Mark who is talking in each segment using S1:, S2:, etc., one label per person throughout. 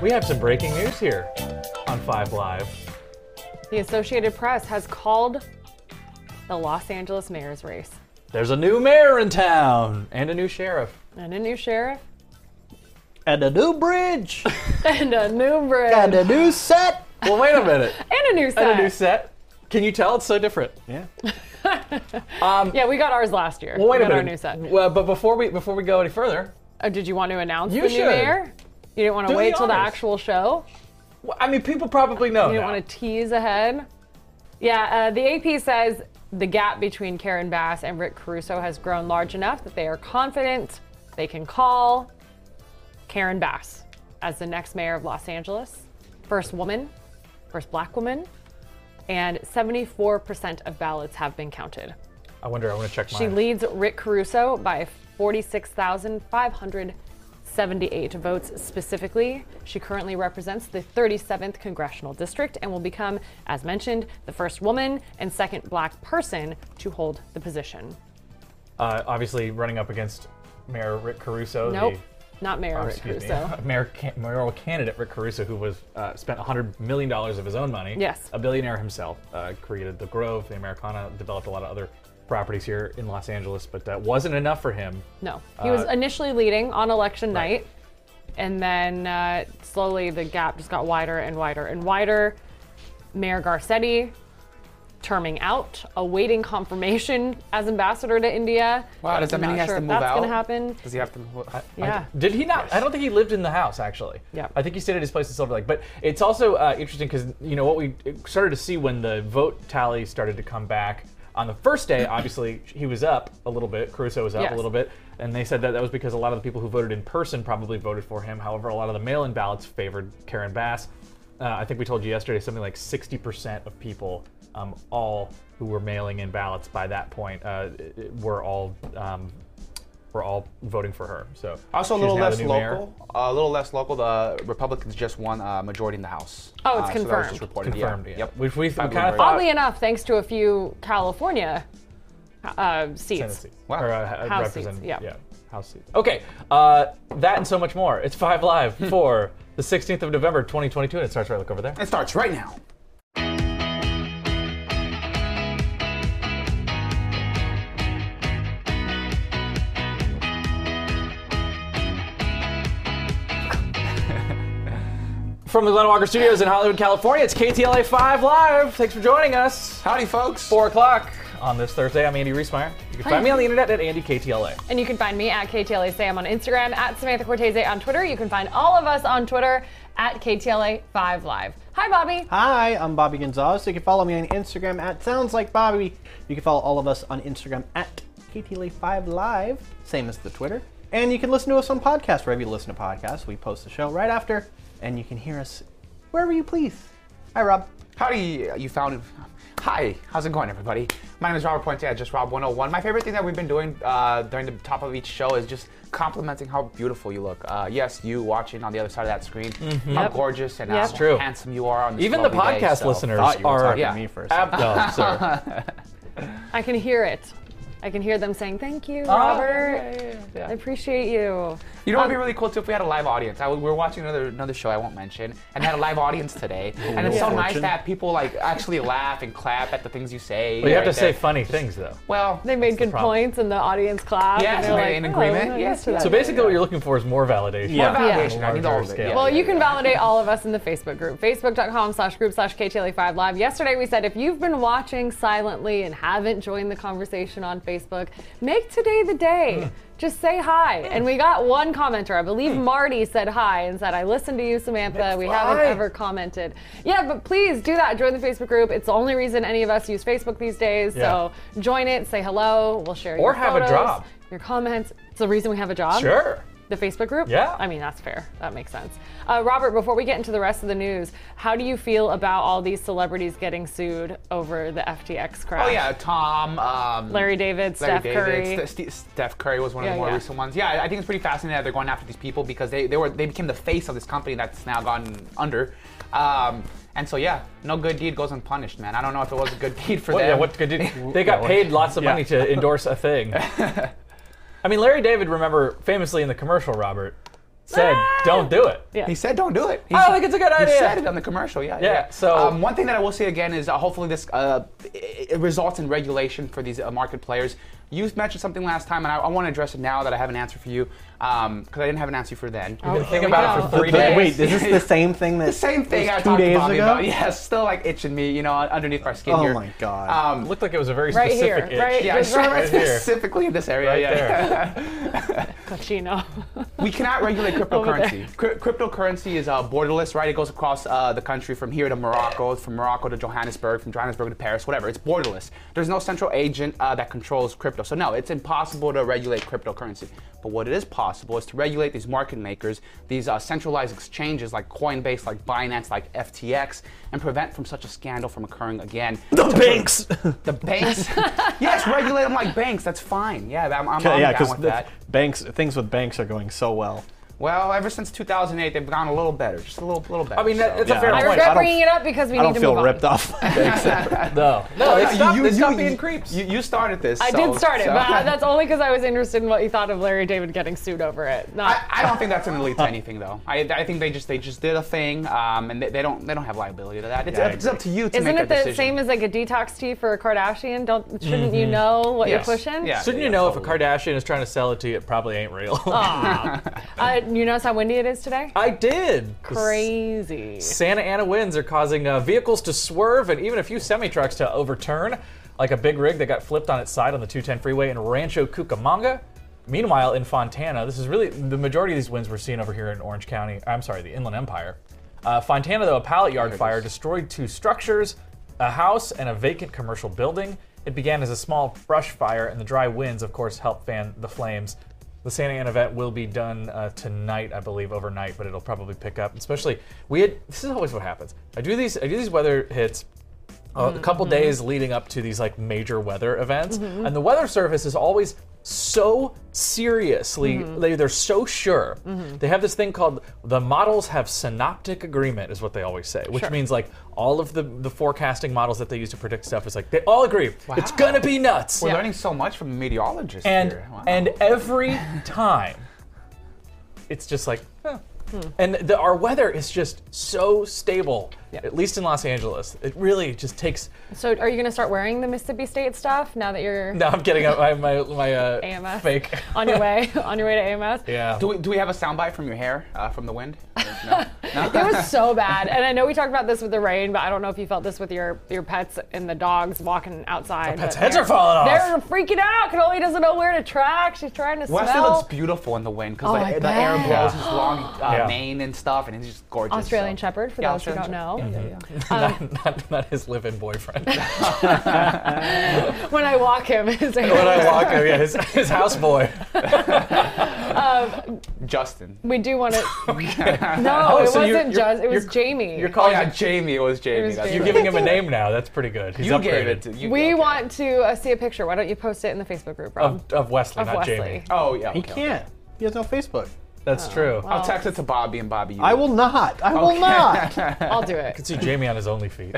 S1: We have some breaking news here on Five Live.
S2: The Associated Press has called the Los Angeles mayor's race.
S1: There's a new mayor in town and a new sheriff
S2: And a new sheriff
S1: and a new bridge
S2: and a new bridge.
S1: and a new set. Well, wait a minute.
S2: And a new set.
S1: and a new set. Can you tell it's so different?
S3: Yeah.
S2: Yeah, we got ours last year.
S1: Well, wait
S2: we
S1: a
S2: got
S1: minute.
S2: our new set.
S1: Well, but before we before we go any further,
S2: Oh, did you want to announce
S1: You
S2: the
S1: should.
S2: new mayor? You didn't want to
S1: Do
S2: wait
S1: the
S2: till the
S1: honors.
S2: actual show?
S1: well, I mean, people probably know. now.
S2: You didn't want to tease ahead? Yeah, uh, the AP says the gap between Karen Bass and Rick Caruso has grown large enough that they are confident they can call Karen Bass as the next mayor of Los Angeles, first woman, first black woman, and 74% of ballots have been counted.
S1: I wonder. I want to check mine.
S2: She leads Rick Caruso by 46,578 votes specifically. She currently represents the 37th congressional district and will become, as mentioned, the first woman and second black person to hold the position.
S1: uh, obviously, running up against Mayor Rick Caruso. the-
S2: Nope, not Mayor
S1: oh,
S2: Rick
S1: excuse me,
S2: Caruso.
S1: Mayor, can- mayoral candidate Rick Caruso, who was uh, spent 100 million dollars of his own money.
S2: Yes.
S1: A billionaire himself, uh, created the Grove, the Americana, developed a lot of other properties here in Los Angeles, but that wasn't enough for him.
S2: No, he was
S1: Uh,
S2: initially leading on election
S1: Right.
S2: night, and then uh, slowly the gap just got wider and wider and wider. Mayor Garcetti terming out, awaiting confirmation as ambassador to India.
S3: Wow, does that
S2: I'm
S3: mean
S2: not
S3: he has
S2: sure
S3: to
S2: if
S3: move
S2: that's
S3: out?
S2: gonna happen.
S3: Does he have to move? I,
S1: I-
S2: Yeah.
S1: did he not? I don't think he lived in the house actually.
S2: Yeah.
S1: I think he stayed at his place in Silver Lake. But it's also uh, interesting because you know what we started to see when the vote tally started to come back on the first day. Obviously, he was up a little bit. Caruso was up a
S2: Yes.
S1: little bit, and they said that that was because a lot of the people who voted in person probably voted for him. However, a lot of the mail-in ballots favored Karen Bass. Uh, I think we told you yesterday something like 60% of people, um, all who were mailing in ballots by that point, uh, were all um, were all voting for her. So
S3: also, a
S1: she's
S3: little
S1: now the
S3: less
S1: new mayor.
S3: local. uh, a little less local. The Republicans just won a majority in the House.
S2: Oh, it's
S3: Uh, So that was
S2: confirmed.
S3: just reported.
S1: Confirmed.
S3: Yeah.
S1: yeah.
S3: Yep.
S1: Which we,
S3: I
S1: kind of
S3: believe
S1: thought.
S2: Oddly enough, thanks to a few California uh, seats.
S1: Tennessee.
S3: Wow.
S1: Or, uh,
S2: House
S1: represent-
S2: seats, yeah.
S1: House seats. Okay. Uh, that and so much more. It's Five Live for the 16th of November, 2022, and it starts right look over there.
S3: It starts right now.
S1: From the Glenn Walker Studios in Hollywood, California, it's KTLA 5 Live. Thanks for joining us.
S3: Howdy, folks.
S1: Four o'clock on this Thursday. I'm Andy Reesmeyer. You can find me on the internet at AndyKTLA.
S2: And you can find me at KTLA Sam on Instagram, at Samantha Cortese on Twitter. You can find all of us on Twitter at KTLA5Live. Hi, Bobby.
S4: Hi, I'm Bobby Gonzalez. You can follow me on Instagram at Sounds Like Bobby. You can follow all of us on Instagram at KTLA5Live, same as the Twitter. And you can listen to us on podcast wherever you listen to podcasts. We post the show right after, and you can hear us wherever you please. Hi, Rob.
S3: Howdy, uh, you found. Hi, how's it going, everybody? My name is Robert Puente at Just Rob 101. My favorite thing that we've been doing uh, during the top of each show is just complimenting how beautiful you look. Uh, yes, you watching on the other side of that screen, how
S2: Mm-hmm. Yep.
S3: gorgeous and
S2: Yep.
S3: how
S2: It's
S1: true.
S3: handsome you are on this
S1: Even the
S3: lovely day,
S1: podcast
S3: so-
S1: listeners
S4: Thought you were
S1: are
S4: talking
S3: yeah.
S4: to me for a second.
S1: apt no, sir.
S2: I can hear it. I can hear them saying, Thank you, Robert.
S3: Oh, yeah, yeah, yeah.
S2: I appreciate you.
S3: You know what
S2: Um,
S3: would be really cool too if we had a live audience. I, we were watching another another show I won't mention, and had a live audience today. and it's so
S4: Fortune.
S3: nice that people like actually laugh and clap at the things you say.
S1: But you have
S3: right
S1: to say
S3: there.
S1: funny things, though.
S3: Well,
S2: They made good
S1: the problem.
S2: points and the audience clapped. and
S3: Yes,
S2: they were
S3: they're in
S2: "Oh,
S3: agreement.
S2: we're
S3: Yes,
S2: used to
S3: yes.
S2: that."
S1: So basically, what you're looking for is more validation.
S4: Yeah.
S3: validation. I need all of
S1: Larger
S3: it.
S1: scale.
S3: Yeah,
S2: Well,
S3: yeah,
S2: you can
S3: yeah.
S2: validate all of us in the Facebook group, facebook.com slash group slash KTLA5 E Live. Yesterday we said if you've been watching silently and haven't joined the conversation on Facebook, make today the
S1: Hmm.
S2: day. Just say hi. And we got one commenter, I believe Marty said hi and said, I listened to you, Samantha. We haven't
S1: hi."
S2: ever commented. Yeah, but please do that. Join the Facebook group. It's the only reason any of us use Facebook these days. So join it, say hello, we'll share your
S1: Or have a
S2: photos,
S1: job.
S2: Your comments. It's the reason we have a job.
S1: Sure.
S2: The Facebook group?
S1: Yeah.
S2: I mean, that's fair. That makes sense. Uh, Robert, before we get into the rest of the news, how do you feel about all these celebrities getting sued over the FTX crash?
S3: Oh yeah, Tom. Um,
S2: Larry David,
S3: Larry
S2: Steph
S3: David,
S2: Curry.
S3: Ste- Ste- Steph Curry was one of
S2: Yeah,
S3: the more
S2: yeah.
S3: recent ones. Yeah, I- I think it's pretty fascinating that they're going after these people because they, they were they became the face of this company that's now gone under. Um, and so yeah, no good deed goes unpunished, man. I don't know if it was a good deed for
S1: Well,
S3: them.
S1: yeah, what could do? They got
S4: what-
S1: paid lots of
S4: yeah.
S1: money to endorse a thing. I mean, Larry David, remember famously in the commercial, Robert, said,
S2: Ah!
S1: don't do it.
S2: Yeah.
S3: He said, "Don't do it." He
S1: I
S3: s-
S1: think Oh, it's a good idea.
S3: He said it on the commercial. Yeah.
S1: Yeah, so-
S3: um, one thing that I will say again is uh, hopefully this uh, it, it results in regulation for these uh, market players. You mentioned something last time, and I, I want to address it now that I have an answer for you because I didn't have an answer for then.
S2: Oh,
S1: Think
S2: here
S1: about it
S2: we
S1: for
S2: go.
S1: three
S4: But
S1: days.
S4: Wait, is this the same thing that
S3: The same thing
S4: was
S3: I
S4: two
S3: talked
S4: days
S3: to Bobby
S4: ago?
S3: about. Yeah, still like itching me, you know, underneath our skin
S4: Oh
S3: here.
S4: my God.
S1: It
S3: Um,
S1: looked like it was a very
S2: Right
S1: specific
S2: here,
S1: itch.
S2: right-
S3: yeah, I
S2: just
S3: saw
S2: right
S3: it
S1: here.
S3: specifically in this area.
S1: Right
S3: yeah.
S1: there.
S3: Oh,
S2: Cochino.
S3: we cannot regulate
S2: there.
S3: cryptocurrency. Cryp- cryptocurrency is uh, borderless, right? It goes across uh, the country from here to Morocco, from Morocco to Johannesburg, from Johannesburg to Paris, whatever. It's borderless. There's no central agent uh, that controls crypto. So, no, it's impossible to regulate cryptocurrency. But what it is possible is to regulate these market makers, these uh, centralized exchanges like Coinbase, like Binance, like FTX, and prevent from such a scandal from occurring again.
S4: The banks.
S3: The banks? yes, regulate them like banks. That's fine. Yeah, I'm, I'm, I'm
S4: yeah,
S3: down
S4: because
S3: with that.
S4: banks things with banks are going so well.
S3: Well, ever since 2008, they've gone a little better, just a little, little better.
S1: I mean, that,
S3: so-
S1: it's a
S4: Yeah,
S1: fair
S4: I
S2: I
S4: don't
S1: point.
S4: like-
S2: regret bringing it up because we
S4: I
S2: need
S4: don't
S2: to
S4: feel
S2: move
S4: ripped
S2: on.
S4: off.
S1: No, no, it's not, it's not being creeps.
S3: You, you started this.
S2: I
S3: so-
S2: did start it,
S3: so-
S2: but that's only because I was interested in what you thought of Larry David getting sued over it. Not.
S3: I, I don't think that's going to lead to anything, though. I, I think they just they just did a thing, um, and they, they don't they don't have liability to that. It's,
S4: Yeah, I
S3: it's up to you to
S2: isn't
S3: make
S2: it the
S3: that decision. Mm-hmm.
S2: same as like a detox tea for a Kardashian? Don't shouldn't you know what
S3: Yes.
S2: you're pushing?
S3: Yeah.
S1: Shouldn't you know if a
S3: totally.
S1: Kardashian is trying to sell it to you, it probably ain't real.
S2: Uh, you notice how windy it is today?
S3: Oh,
S1: I did.
S2: Crazy.
S1: Santa Ana winds are causing uh, vehicles to swerve and even a few semi trucks to overturn, like a big rig that got flipped on its side on the 210 freeway in Rancho Cucamonga. Meanwhile, in Fontana, this is really the majority of these winds we're seeing over here in Orange County. I'm sorry, the Inland Empire. Uh, Fontana, though, a pallet yard
S3: it
S1: fire
S3: is.
S1: destroyed two structures, a house, and a vacant commercial building. It began as a small brush fire, and the dry winds, of course, helped fan the flames. The Santa Ana event will be done uh, tonight, I believe, overnight, but it'll probably pick up. Especially, we had this is always what happens. I do these, I do these weather hits uh, a couple
S3: Mm-hmm.
S1: days leading up to these like major weather events, and the weather service is always so seriously
S3: Mm-hmm.
S1: they, they're so sure they have this thing called the models have synoptic agreement is what they always say which means like all of the, the forecasting models that they use to predict stuff is like they all agree it's
S3: Wow.
S1: gonna be nuts
S3: We're learning so much from meteorologists
S1: and
S3: here. Wow.
S1: and every time it's just like huh.
S3: Hmm.
S1: and the, our weather is just so stable at least in los angeles it really just takes
S2: So, are you going to start wearing the Mississippi State stuff now that you're
S1: no i'm getting my my, my uh,
S2: AMS
S1: fake
S2: on your way on your way to AMS?
S1: yeah
S3: do we do we have a soundbite from your hair uh, from the wind? No.
S2: It was so bad, and I know we talked about this with the rain, but I don't know if you felt this with your your pets and the dogs walking outside.
S1: pets'
S2: but
S1: heads
S2: they're-
S1: are falling off.
S2: They're freaking out. Canoli doesn't know where to track. She's trying to
S3: Wesley
S2: smell.
S3: looks beautiful in the wind because
S2: Oh, I
S3: like, the air
S2: bet.
S3: blows his long uh,
S1: Yeah.
S3: mane and stuff, and it's just gorgeous.
S2: Australian
S3: so-
S2: Shepherd, for
S3: Yeah,
S2: those who don't know.
S3: Australian Shepherd. Yeah, yeah, yeah.
S2: um,
S1: not, not, not his live-in boyfriend
S3: Mm-hmm.
S2: When I walk him, his
S1: when i walk him yeah his, his houseboy
S3: Justin.
S2: we do want to. No,
S1: Oh,
S2: it
S1: so
S2: wasn't
S1: you're- you're-
S2: Juz. It was
S1: you're-
S2: Jamie.
S1: you're
S3: Oh
S1: calling
S3: yeah,
S1: him-
S3: Jamie. It was Jamie.
S2: was
S3: that's
S2: Jamie.
S1: you're
S3: right.
S1: giving him a name now that's pretty good he's
S3: You gave
S1: upgraded.
S3: it to you.
S2: we
S3: okay.
S2: want to uh, see a picture. Why don't you post it in the Facebook group, Rob?
S1: of, of wesley
S2: Of
S1: not
S2: Wesley. Oh,
S1: jamie
S3: Oh yeah.
S4: he
S3: okay, okay.
S4: can't. He has no Facebook.
S1: that's true
S2: wow.
S3: I'll text it to Bobby and Bobby. You.
S4: I will not. I will not.
S2: I'll do it.
S1: I see jamie on his only feet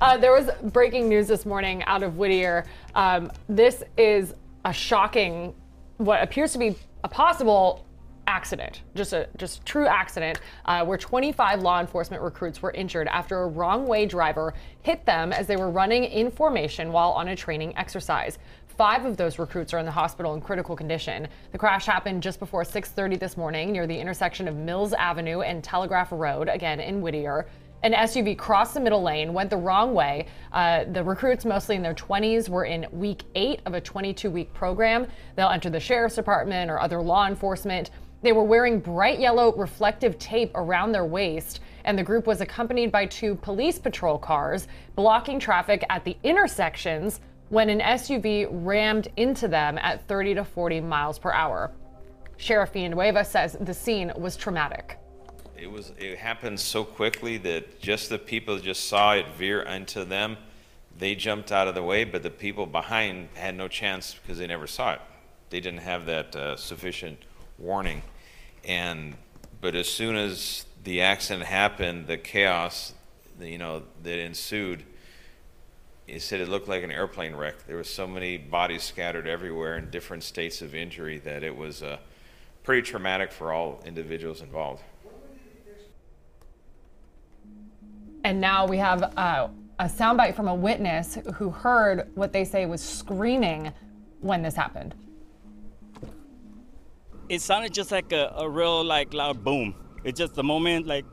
S2: Uh, there was breaking news this morning out of Whittier. Um, this is a shocking, what appears to be a possible accident, just a just true accident, uh, where 25 law enforcement recruits were injured after a wrong way driver hit them as they were running in formation while on a training exercise. Five of those recruits are in the hospital in critical condition. The crash happened just before 6:30 this morning near the intersection of Mills Avenue and Telegraph Road, again in Whittier. An SUV crossed the middle lane, went the wrong way. Uh, the recruits, mostly in their 20s, were in week eight of a 22 week program. They'll enter the sheriff's department or other law enforcement. They were wearing bright yellow reflective tape around their waist, and the group was accompanied by two police patrol cars blocking traffic at the intersections when an SUV rammed into them at 30 to 40 miles per hour. Sheriff Villanueva says the scene was traumatic.
S5: It was, it happened so quickly that just the people that just saw it veer unto them, they jumped out of the way, but the people behind had no chance because they never saw it. They didn't have that uh, sufficient warning. And, but as soon as the accident happened, the chaos, you know, that ensued, he said it looked like an airplane wreck. There were so many bodies scattered everywhere in different states of injury that it was a pretty traumatic for all individuals involved.
S2: And now we have uh, a soundbite from a witness who heard what they say was screaming when this happened.
S6: it sounded just like a, a real like loud boom. It's just the moment like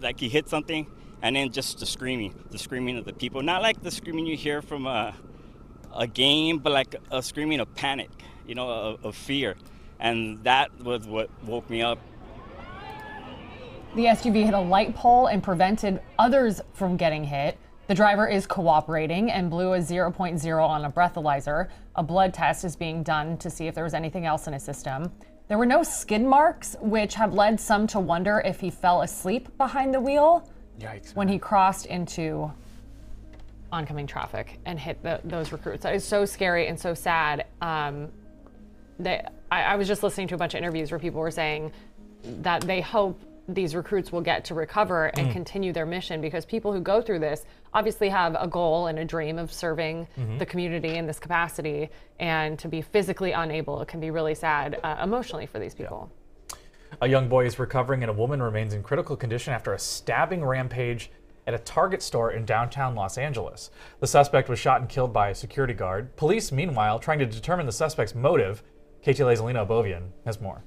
S6: like he hit something, and then just the screaming, the screaming of the people. Not like the screaming you hear from a a game, but like a screaming of panic, you know, of, of fear, and that was what woke me up.
S2: The SUV hit a light pole and prevented others from getting hit. The driver is cooperating and blew a 0.0 on a breathalyzer. A blood test is being done to see if there was anything else in his system. There were no skin marks, which have led some to wonder if he fell asleep behind the wheel
S3: Yikes.
S2: when he crossed into oncoming traffic and hit the, those recruits. That is so scary and so sad. Um, they, I, I was just listening to a bunch of interviews where people were saying that they hope these recruits will get to recover and continue their mission because people who go through this obviously have a goal and a dream of serving the community in this capacity and to be physically unable it can be really sad uh, emotionally for these people
S1: A young boy is recovering and a woman remains in critical condition after a stabbing rampage at a Target store in downtown Los Angeles. The suspect was shot and killed by a security guard. Police, meanwhile, trying to determine the suspect's motive. KTLA's Alina Bovian has more.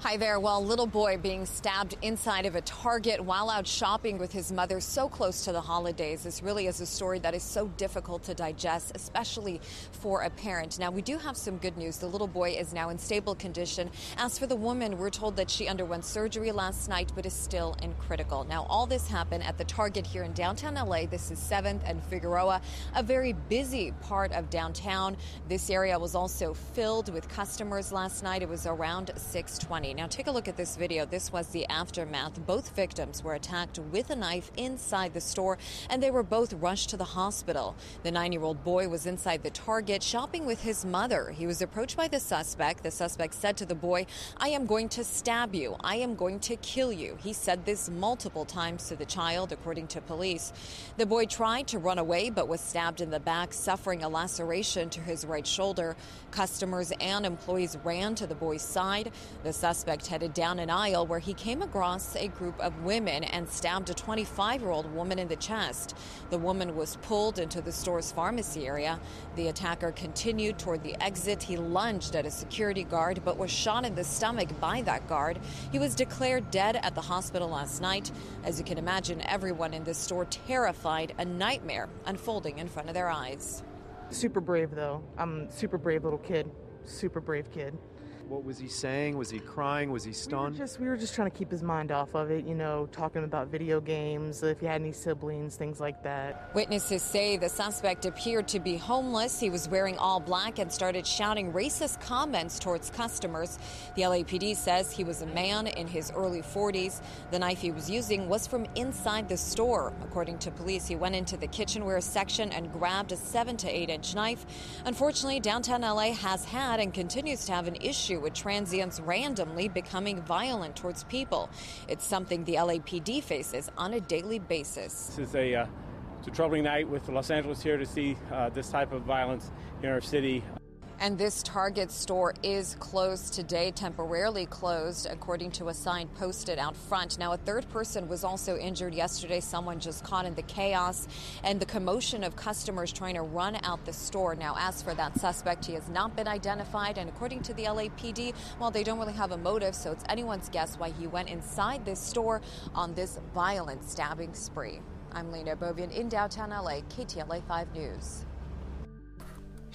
S7: Hi there. Well, little boy being stabbed inside of a Target while out shopping with his mother so close to the holidays. This really is a story that is so difficult to digest, especially for a parent. Now, we do have some good news. The little boy is now in stable condition. As for the woman, we're told that she underwent surgery last night but is still in critical. Now, all this happened at the Target here in downtown LA. This is 7th and Figueroa, a very busy part of downtown. This area was also filled with customers last night. It was around 620. Now take a look at this video. This was the aftermath. Both victims were attacked with a knife inside the store and they were both rushed to the hospital. The nine-year-old boy was inside the Target shopping with his mother. He was approached by the suspect. The suspect said to the boy, I am going to stab you. I am going to kill you. He said this multiple times to the child, according to police. The boy tried to run away but was stabbed in the back, suffering a laceration to his right shoulder. Customers and employees ran to the boy's side. The suspect headed down an aisle where he came across a group of women and stabbed a 25 year old woman in the chest. The woman was pulled into the store's pharmacy area. The attacker continued toward the exit. He lunged at a security guard but was shot in the stomach by that guard. He was declared dead at the hospital last night. As you can imagine, everyone in this store terrified, a nightmare unfolding in front of their eyes.
S8: Super brave though. I'm a super brave little kid. Super brave kid.
S9: What was he saying? Was he crying? Was he
S8: We were
S9: stunned?
S8: just we were just trying to keep his mind off of it, you know, talking about video games, if he had any siblings, things like that.
S7: Witnesses say the suspect appeared to be homeless. He was wearing all black and started shouting racist comments towards customers. The LAPD says he was a man in his early 40s. The knife he was using was from inside the store. According to police, he went into the kitchenware section and grabbed a 7 to 8 inch knife. Unfortunately, downtown LA has had and continues to have an issue with transients randomly becoming violent towards people. It's something the LAPD faces on a daily basis.
S10: This is a, uh, it's a troubling night with Los Angeles here to see uh, this type of violence in our city.
S7: And this Target store is closed today, temporarily closed, according to a sign posted out front. Now, a third person was also injured yesterday. Someone just caught in the chaos and the commotion of customers trying to run out the store. Now, as for that suspect, he has not been identified. And according to the LAPD, well, they don't really have a motive, so it's anyone's guess why he went inside this store on this violent stabbing spree. I'm Lena Bobian in downtown LA, KTLA 5 News.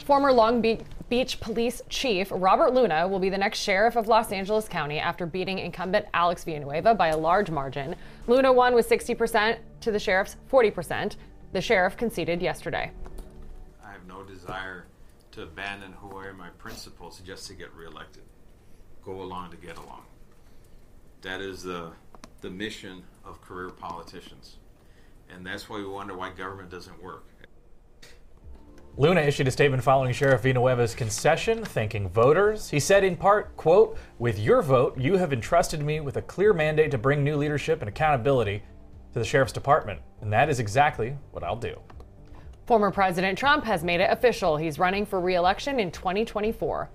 S2: Former Long Be- Beach Police Chief Robert Luna will be the next sheriff of Los Angeles County after beating incumbent Alex Villanueva by a large margin. Luna won with 60% to the sheriff's 40%. The sheriff conceded yesterday.
S5: I have no desire to abandon who are my principles just to get reelected. Go along to get along. That is the the mission of career politicians, and that's why we wonder why government doesn't work.
S1: Luna issued a statement following Sheriff Villanueva's concession, thanking voters. He said in part, quote, "With your vote, you have entrusted me with a clear mandate to bring new leadership and accountability to the sheriff's department, and that is exactly what I'll do."
S2: Former President Trump has made it official. He's running for re election in 2024.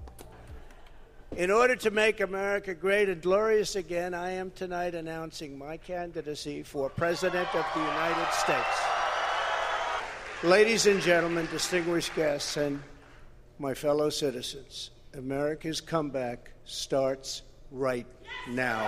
S11: In order to make America great and glorious again, I am tonight announcing my candidacy for President of the United States. Ladies and gentlemen, distinguished guests, and my fellow citizens, America's comeback starts right now.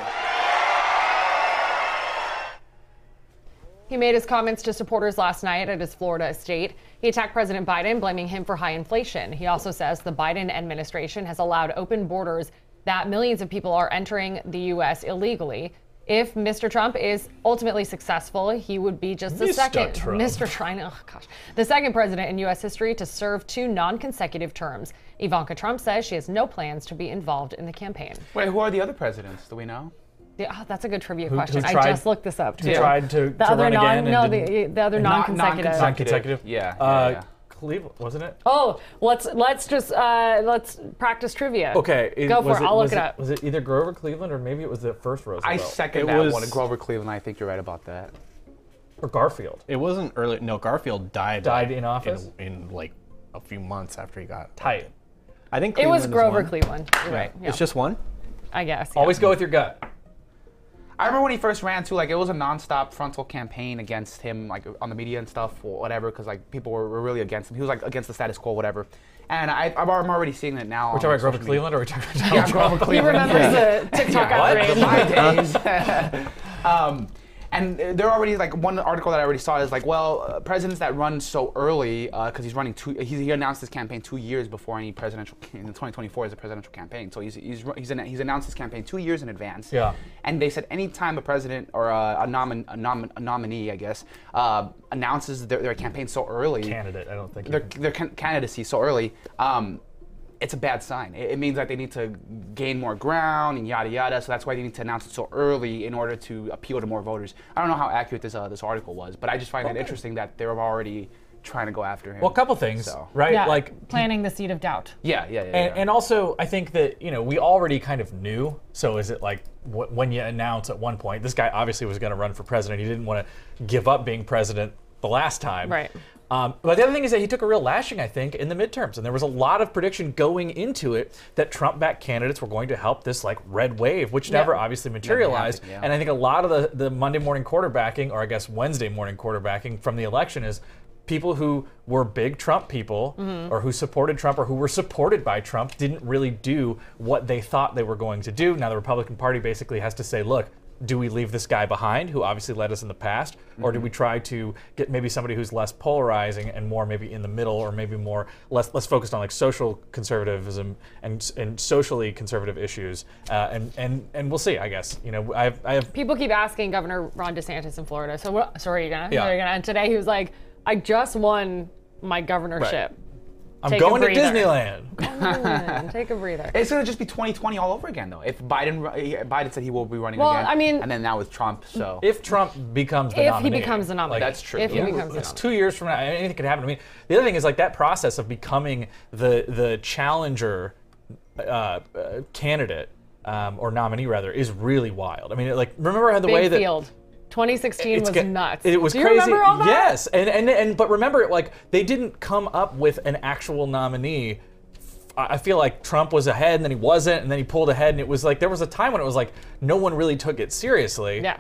S2: He made his comments to supporters last night at his Florida estate. He attacked President Biden, blaming him for high inflation. He also says the Biden administration has allowed open borders that millions of people are entering the U.S. illegally. If Mr. Trump is ultimately successful, he would be just the
S1: Mr.
S2: second
S1: Trump.
S2: Mr. Trump, oh gosh, the second president in U.S. history to serve two non-consecutive terms. Ivanka Trump says she has no plans to be involved in the campaign.
S3: Wait, who are the other presidents? Do we know?
S2: Yeah, oh, that's a good trivia
S3: Who- who
S2: question.
S3: tried-
S2: I just looked this up
S3: who
S2: too.
S1: tried to-
S2: the
S1: to
S2: other
S1: run
S2: non,
S1: again and
S2: no,
S1: didn't-
S2: the, the other non-consecutive.
S1: Non-consecutive.
S3: Yeah, yeah,
S1: Uh,
S3: yeah.
S1: Cleveland, wasn't it?
S2: Oh, let's let's just uh, let's practice trivia.
S1: Okay, it-
S2: go for
S1: was
S2: it. I'll look
S1: was
S2: it, up.
S1: Was it either Grover Cleveland or maybe it was the first Roosevelt?
S3: I second
S1: it
S3: that
S1: was,
S3: one. Grover Cleveland. I think you're right about that.
S1: Or Garfield.
S4: It wasn't early. No, Garfield died.
S1: Died in
S4: in-
S1: office?
S4: in, like a few months after he got
S1: tight.
S4: I think
S2: It was
S4: Cleveland is
S2: Grover
S4: one.
S2: Cleveland. You're right. Yeah.
S4: It's just one.
S2: I guess. yeah.
S1: Always go with your gut.
S3: I remember when he first ran too. Like it was a nonstop frontal campaign against him, like on the media and stuff, or whatever, because like people were, were really against him. He was like against the status quo, whatever. And I, I'm already seeing it now.
S1: We're
S3: on
S1: talking about
S3: social
S1: Grover
S3: media.
S1: Cleveland or we're talking about
S3: Yeah,
S1: Donald
S3: Grover
S1: Trump?
S3: Cleveland.
S2: He remembers the TikTok outrage.
S3: My days. um, and they're already like one article that I already saw is like, well, uh, presidents that run so early because he's running two. He, he announced his campaign two years before any presidential. In 2024 is a presidential campaign, so he's he's ru- he's, an, he's announced his campaign two years in advance.
S1: Yeah.
S3: And they said any time a president or a, a, nomin, a, nomin, a nominee, I guess, uh, announces their, their campaign so early,
S1: Candidate, I don't think. you
S3: their,
S1: can-
S3: their can- candidacy so early, um, it's a bad sign. It, it means that they need to gain more ground and yada yada. So that's why they need to announce it so early in order to appeal to more voters. I don't know how accurate this uh, this article was, but I just find it
S1: Okay.
S3: interesting that they're already trying to go after him.
S1: Well, a couple things,
S3: So-
S1: right?
S2: Yeah,
S1: Like,
S2: planting the seed of doubt.
S3: Yeah, yeah, yeah.
S1: and,
S3: yeah.
S1: and also I think that you know we already kind of knew. So is it like wh- when you announce at one point this guy obviously was going to run for president. He didn't want to give up being president the last time.
S2: Right.
S1: Um, but the other thing is that he took a real lashing, I think, in the midterms, and there was a lot of prediction going into it that Trump-backed candidates were going to help this like red wave, which never obviously materialized.
S3: happened, yeah.
S1: And I think a lot of the the Monday morning quarterbacking, or I guess Wednesday morning quarterbacking from the election, is people who were big Trump people or who supported Trump or who were supported by Trump didn't really do what they thought they were going to do. Now the Republican Party basically has to say, look, do we leave this guy behind who obviously led us in the past or do we try to get maybe somebody who's less polarizing and more maybe in the middle or maybe more less less focused on like social conservatism and and socially conservative issues uh, and and and we'll see I guess you know I have, I have
S2: People keep asking Governor Ron DeSantis in Florida. So what? Sorry, you gonna?
S1: Yeah.
S2: Are you gonna? And today he was like, I just won my governorship.
S1: I'm
S2: Take a
S1: going to
S2: breather.
S1: Disneyland
S2: Mm, Take a breather.
S3: it's gonna just be 2020 all over again, though. If Biden, ru- he- Biden said he will be running
S2: Well,
S3: again,
S2: I mean-
S3: and then now with Trump, so
S1: if Trump becomes the
S2: If he
S1: nominee.
S2: becomes the nominee.
S3: That's true.
S2: If he
S3: Yeah.
S2: becomes the
S1: it's
S2: nominee.
S1: two years from now. Anything could happen. I mean, the other thing is like that process of becoming the the challenger uh, uh, candidate um, or nominee rather is really wild. I mean, like remember how the
S2: Big
S1: way that
S2: field. 2016 was
S1: get-
S2: nuts.
S1: It was
S2: Do you
S1: crazy.
S2: remember all that?
S1: Yes, and and and but remember, like they didn't come up with an actual nominee. I I feel like Trump was ahead, and then he wasn't, and then he pulled ahead, and it was like there was a time when it was like no one really took it seriously.
S2: Yeah.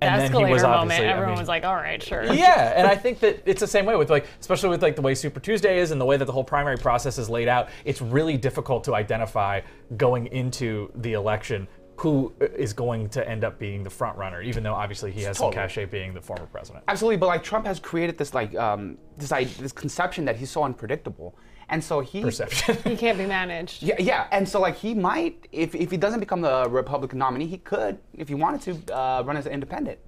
S1: And then he
S2: Escalator
S1: was
S2: moment.
S1: obviously- I
S2: Everyone
S1: mean-
S2: was like, all right, sure.
S1: yeah, and I think that it's the same way with like, especially with like the way Super Tuesday is and the way that the whole primary process is laid out. It's really difficult to identify going into the election who uh, is going to end up being the front runner, even though obviously he has some
S3: Totally.
S1: cachet being the former president.
S3: Absolutely, but like Trump has created this like um, this I this conception that he's so unpredictable, and so he
S1: Perception.
S2: He can't be managed.
S3: Yeah, yeah, and so like he might, if, if he doesn't become the Republican nominee, he could, if he wanted to, uh, run as an independent.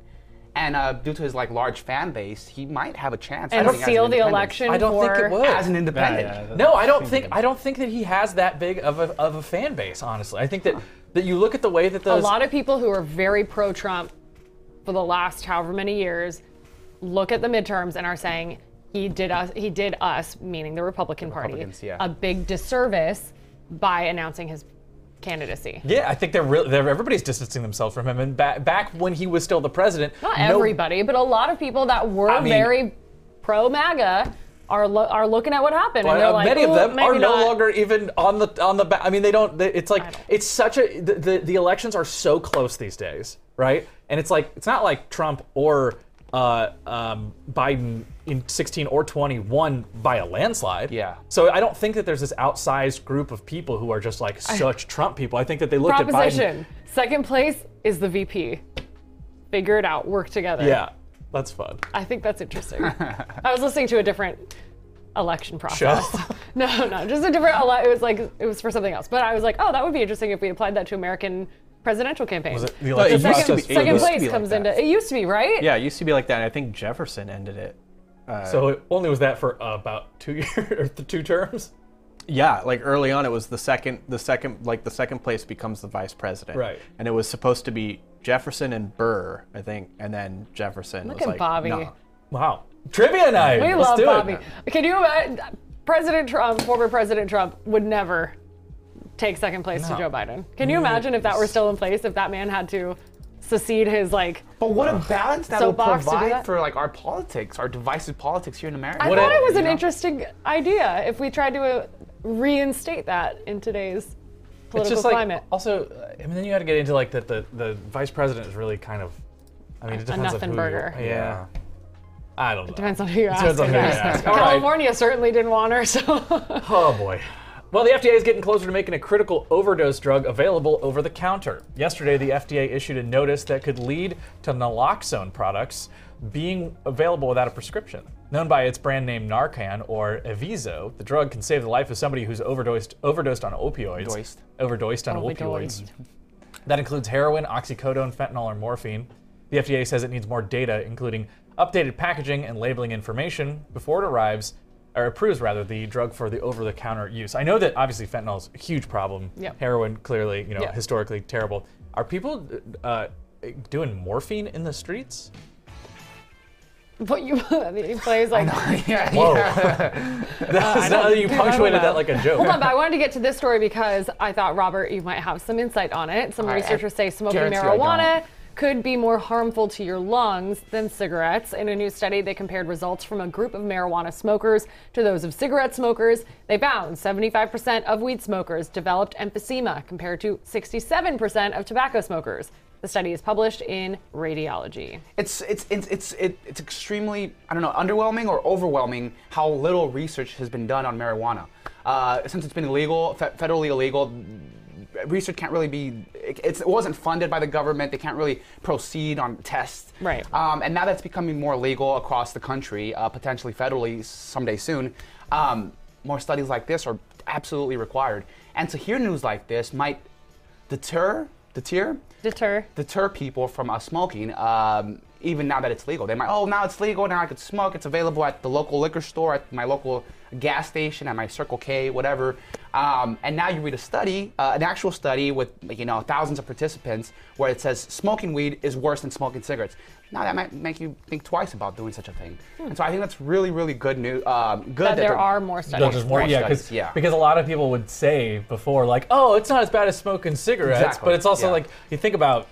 S3: And uh, due to his like large fan base, he might have a chance. I
S2: And
S3: think, as an
S2: seal the
S3: independent.
S2: election
S1: I don't think
S2: for
S1: it would.
S3: as an independent.
S4: Yeah, yeah,
S1: No, I don't think I don't think that he has that big of a of a fan base. Honestly, I think that that you look at the way that
S2: a
S1: those
S2: lot of people who are very pro Trump for the last however many years look at the midterms and are saying he did us he did us meaning the Republican Party
S3: Republicans, yeah.
S2: a big disservice by announcing his candidacy.
S1: yeah, I think they're real. They're, everybody's distancing themselves from him. And ba- back when he was still the president,
S2: Not
S1: no-
S2: everybody, but a lot of people that were
S1: I mean-
S2: very pro MAGA are lo- are looking at what happened,
S1: But,
S2: and they're
S1: uh,
S2: like,
S1: many of
S2: "Ooh,
S1: them are
S2: maybe
S1: no
S2: not."
S1: longer even on the on the. Ba- I mean, they don't. They, it's like it's such a the, the the elections are so close these days, right? And it's like it's not like Trump or uh, um, Biden in 16 or 20 won by a landslide. Yeah. So I don't think that there's this outsized group of people who are just like such Trump people. I think that they looked at Biden.
S2: Proposition. Second place is the VP. Figure it out. Work together.
S1: Yeah, that's fun.
S2: I think that's interesting. I was listening to a different election process. No, no, just a different. ele- It was like it was for something else. But I was like, oh, that would be interesting if we applied that to American presidential campaigns.
S4: Was it the election
S2: second,
S4: process for
S2: second
S4: those?
S2: place
S4: Used to be
S2: comes
S4: like
S2: into. It used to be right.
S4: Yeah, it used to be like that. and I think Jefferson ended it. Uh,
S1: So it only was that for uh, about two years or th- two terms.
S4: yeah, like early on, it was the second, the second, like the second place becomes the vice president.
S1: Right.
S4: And it was supposed to be Jefferson and Burr, I think, and then Jefferson.
S2: Look
S4: was
S2: at
S4: like,
S2: Bobby.
S4: "Nah."
S1: Wow. Trivia night.
S2: We
S1: Let's
S2: love
S1: do it.
S2: Bobby. Can you imagine? President Trump, former President Trump, would never take second place
S1: No. Mm.
S2: to Joe Biden. Can you imagine if that were still in place? If that man had to secede his like.
S3: But what a balance that will
S2: Soapbox to do
S3: provide
S2: that?
S3: for like our politics, our divisive politics here in America.
S2: I thought it was an interesting idea if we tried to uh, reinstate that in today's
S1: it's
S2: political
S1: just like
S2: climate.
S1: also uh, i mean then you had to get into like that the, the vice president is really kind of i mean
S2: A
S1: it depends on
S2: nothing
S1: who
S2: burger.
S1: you, yeah i don't know
S2: It depends on who you
S1: It
S2: ask.
S1: depends on
S2: I
S1: who you
S2: guess.
S1: ask. All right.
S2: California certainly didn't want her, so
S1: oh boy well, the FDA is getting closer to making a critical overdose drug available over the counter. Yesterday, the FDA issued a notice that could lead to naloxone products being available without a prescription. Known by its brand name Narcan or Eviso, the drug can save the life of somebody who's overdosed overdosed on opioids.
S3: Doised.
S1: Overdosed on opioids.
S2: Overdosed.
S1: That includes heroin, oxycodone, fentanyl, or morphine. The FDA says it needs more data, including updated packaging and labeling information, before it arrives or approves rather the drug for the over-the-counter use. I know that obviously fentanyl is a huge problem.
S2: Yep.
S1: Heroin, clearly, you know,
S2: Yeah.
S1: historically terrible. Are people uh, doing morphine in the streets?
S2: but you he plays like
S3: yeah,
S1: Whoa!
S3: yeah.
S1: That was not- you
S2: Uh, I don't
S1: punctuated
S2: know.
S1: that like a joke.
S2: Hold on, but I wanted to get to this story because I thought Robert, you might have some insight on it. Some
S3: I- I
S2: researchers say smoking
S3: guarantee I
S2: marijuana could be more harmful to your lungs than cigarettes. In a new study, they compared results from a group of marijuana smokers to those of cigarette smokers. They found 75% of weed smokers developed emphysema compared to 67% of tobacco smokers. The study is published in Radiology.
S3: it's it's it's it's it, it's extremely I don't know underwhelming or overwhelming how little research has been done on marijuana. Uh, since it's been illegal, fe- federally illegal, research can't really be. It, it's, it wasn't funded by the government. They can't really proceed on tests.
S2: Right.
S3: Um, and now that's becoming more legal across the country, uh, potentially federally someday soon. Um, more studies like this are absolutely required. And to hear news like this might deter, deter,
S2: Deter.
S3: deter people from uh, smoking. Um, even now that it's legal, they might. Oh, now it's legal. Now I could smoke. It's available at the local liquor store, at my local gas station, at my Circle K, whatever. Um, and now you read a study, uh, an actual study with you know thousands of participants, where it says smoking weed is worse than smoking cigarettes. Now that might make you think twice about doing such a thing. And so I think that's really, really good news. Um, good
S2: Hmm. That
S3: that
S2: there are more
S1: No,
S2: studies.
S1: just more, yeah,
S3: studies,
S1: because
S3: yeah.
S1: because a lot of people would say before like, oh, it's not as bad as smoking cigarettes,
S3: Exactly,
S1: but it's also
S3: yeah.
S1: like you think about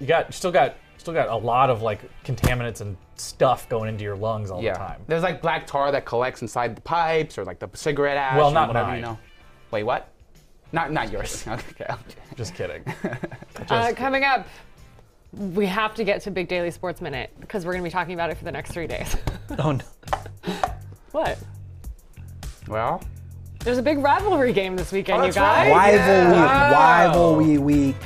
S1: you got you still got still got a lot of like contaminants and stuff going into your lungs all
S3: yeah.
S1: the time.
S3: There's like black tar that collects inside the pipes, or like the cigarette ash.
S1: Well,
S3: or
S1: not
S3: whatever
S1: mine.
S3: you know. Wait, what? Not not yours. okay. okay.
S1: Just kidding.
S2: Uh, coming up, we have to get to Big Daily Sports Minute because we're going to be talking about it for the next three days.
S4: Oh no.
S2: what?
S3: Well,
S2: There's a big rivalry game this weekend,
S3: Oh,
S2: you
S3: that's right.
S2: guys.
S12: Rivalry,
S3: Wow.
S12: rivalry week.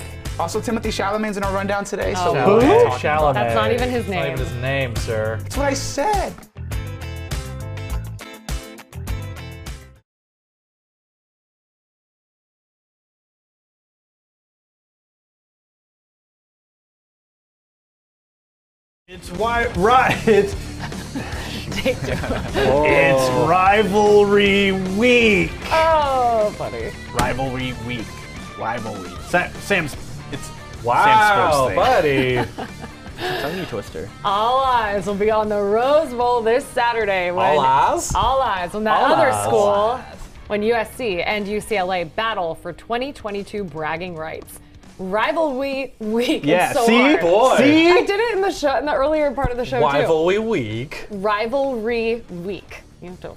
S3: also Timothy Chalamet's in our rundown today,
S2: Oh,
S3: so
S2: Who?
S3: we'll
S1: Chalamet.
S3: talk-
S1: Chalamet.
S2: That's not even his
S1: It's Not
S2: name.
S1: even his name, sir.
S3: That's what I said.
S12: It's why right. It's
S2: Take two.
S12: it's rivalry week.
S2: Oh, buddy.
S12: Rivalry week. Rivalry. Sa- Sam's. It's
S1: Wow,
S12: Sam's first
S1: buddy.
S4: It's a tongue twister.
S2: All eyes will be on the Rose Bowl this Saturday. When,
S1: All eyes?
S2: All eyes on that
S1: All
S2: other
S1: eyes. All
S2: school when USC and UCLA battle for 2022 bragging rights. Rivalry week.
S4: Yeah,
S2: It's so
S4: see?
S2: hard.
S1: Boy.
S4: See?
S2: I did it in the show, in the earlier part of the show too.
S1: Rivalry week.
S2: Rivalry week. You have to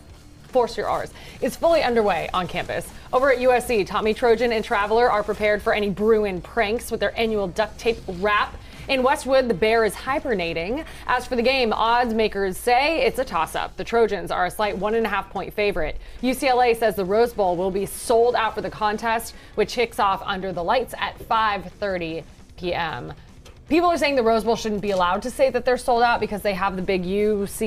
S2: force your R's. It's fully underway on campus. Over at USC, Tommy Trojan and Traveler are prepared for any Bruin pranks with their annual duct tape wrap. In Westwood, the bear is hibernating. As for the game, odds makers say it's a toss up. The Trojans are a slight one and a half point favorite. UCLA says the Rose Bowl will be sold out for the contest, which kicks off under the lights at 5:30 p.m. People are saying the Rose Bowl shouldn't be allowed to say that they're sold out because they have the big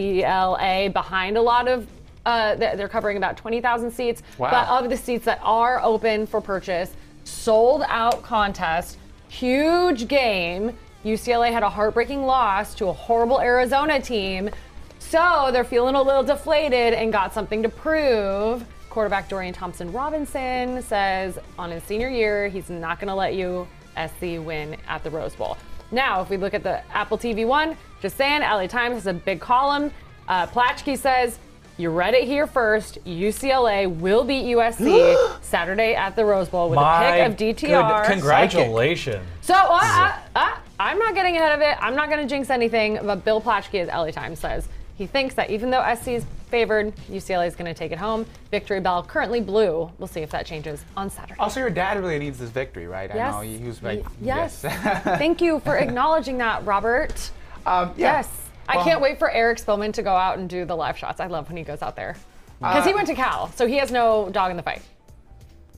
S2: UCLA behind a lot of. Uh, they're they're covering about 20,000 seats.
S13: Wow.
S2: But of the seats that are open for purchase, sold out contest, huge game. UCLA had a heartbreaking loss to a horrible Arizona team. So they're feeling a little deflated and got something to prove. Quarterback Dorian Thompson Robinson says on his senior year, he's not going to let you SC win at the Rose Bowl. Now, if we look at the Apple TV one, just saying, LA Times has a big column. Uh, Platchkey says, you read it here first. UCLA will beat USC Saturday at the Rose Bowl with
S1: My
S2: a pick of DTR.
S1: good- congratulations.
S2: So uh, uh, uh, I'm not getting ahead of it. I'm not going to jinx anything. But Bill Plotchke, as LA Times says, he thinks that even though SC is favored, UCLA is going to take it home. Victory bell currently blue. We'll see if that changes on Saturday.
S3: Also, your dad really needs this victory, right?
S2: Yes.
S3: I know he he was like, Um,
S2: yes. Oh, Thank you for acknowledging that, Robert.
S3: yeah.
S2: Yes. I
S3: Well-
S2: can't wait for Eric Spillman to go out and do the live shots. I love when he goes out there. Because he
S3: Uh,
S2: went to Cal, so he has no dog in the fight.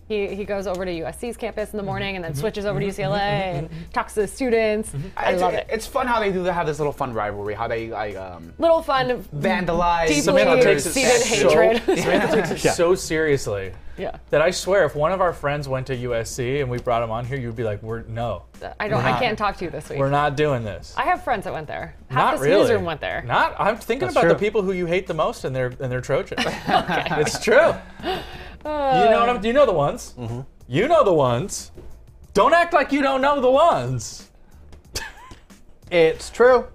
S2: He, he goes over to USC's campus in the morning and then switches over to UCLA and talks to the students. I
S3: it's,
S2: love it.
S3: It's fun how they do they have this little fun rivalry, how they like um,
S2: Little fun,
S3: vandalize.
S2: deeply seated hatred.
S1: Samantha takes it
S3: Yeah.
S1: so seriously.
S2: Yeah.
S1: That I swear, if one of our friends went to USC and we brought him on here, you'd be like, "We're no,
S2: I don't.
S1: We're
S2: I
S1: not-
S2: can't talk to you this week.
S1: We're not doing this."
S2: I have friends that went there. Half
S1: not
S2: this
S1: really.
S2: newsroom went there.
S1: Not. I'm thinking
S2: That's
S1: about the
S2: true.
S1: people who you hate the most, and they're and they're Trojans. It's true. You know what I'm, you know the ones.
S2: Mm-hmm.
S1: You know the ones. Don't act like you don't know the ones.
S4: it's true.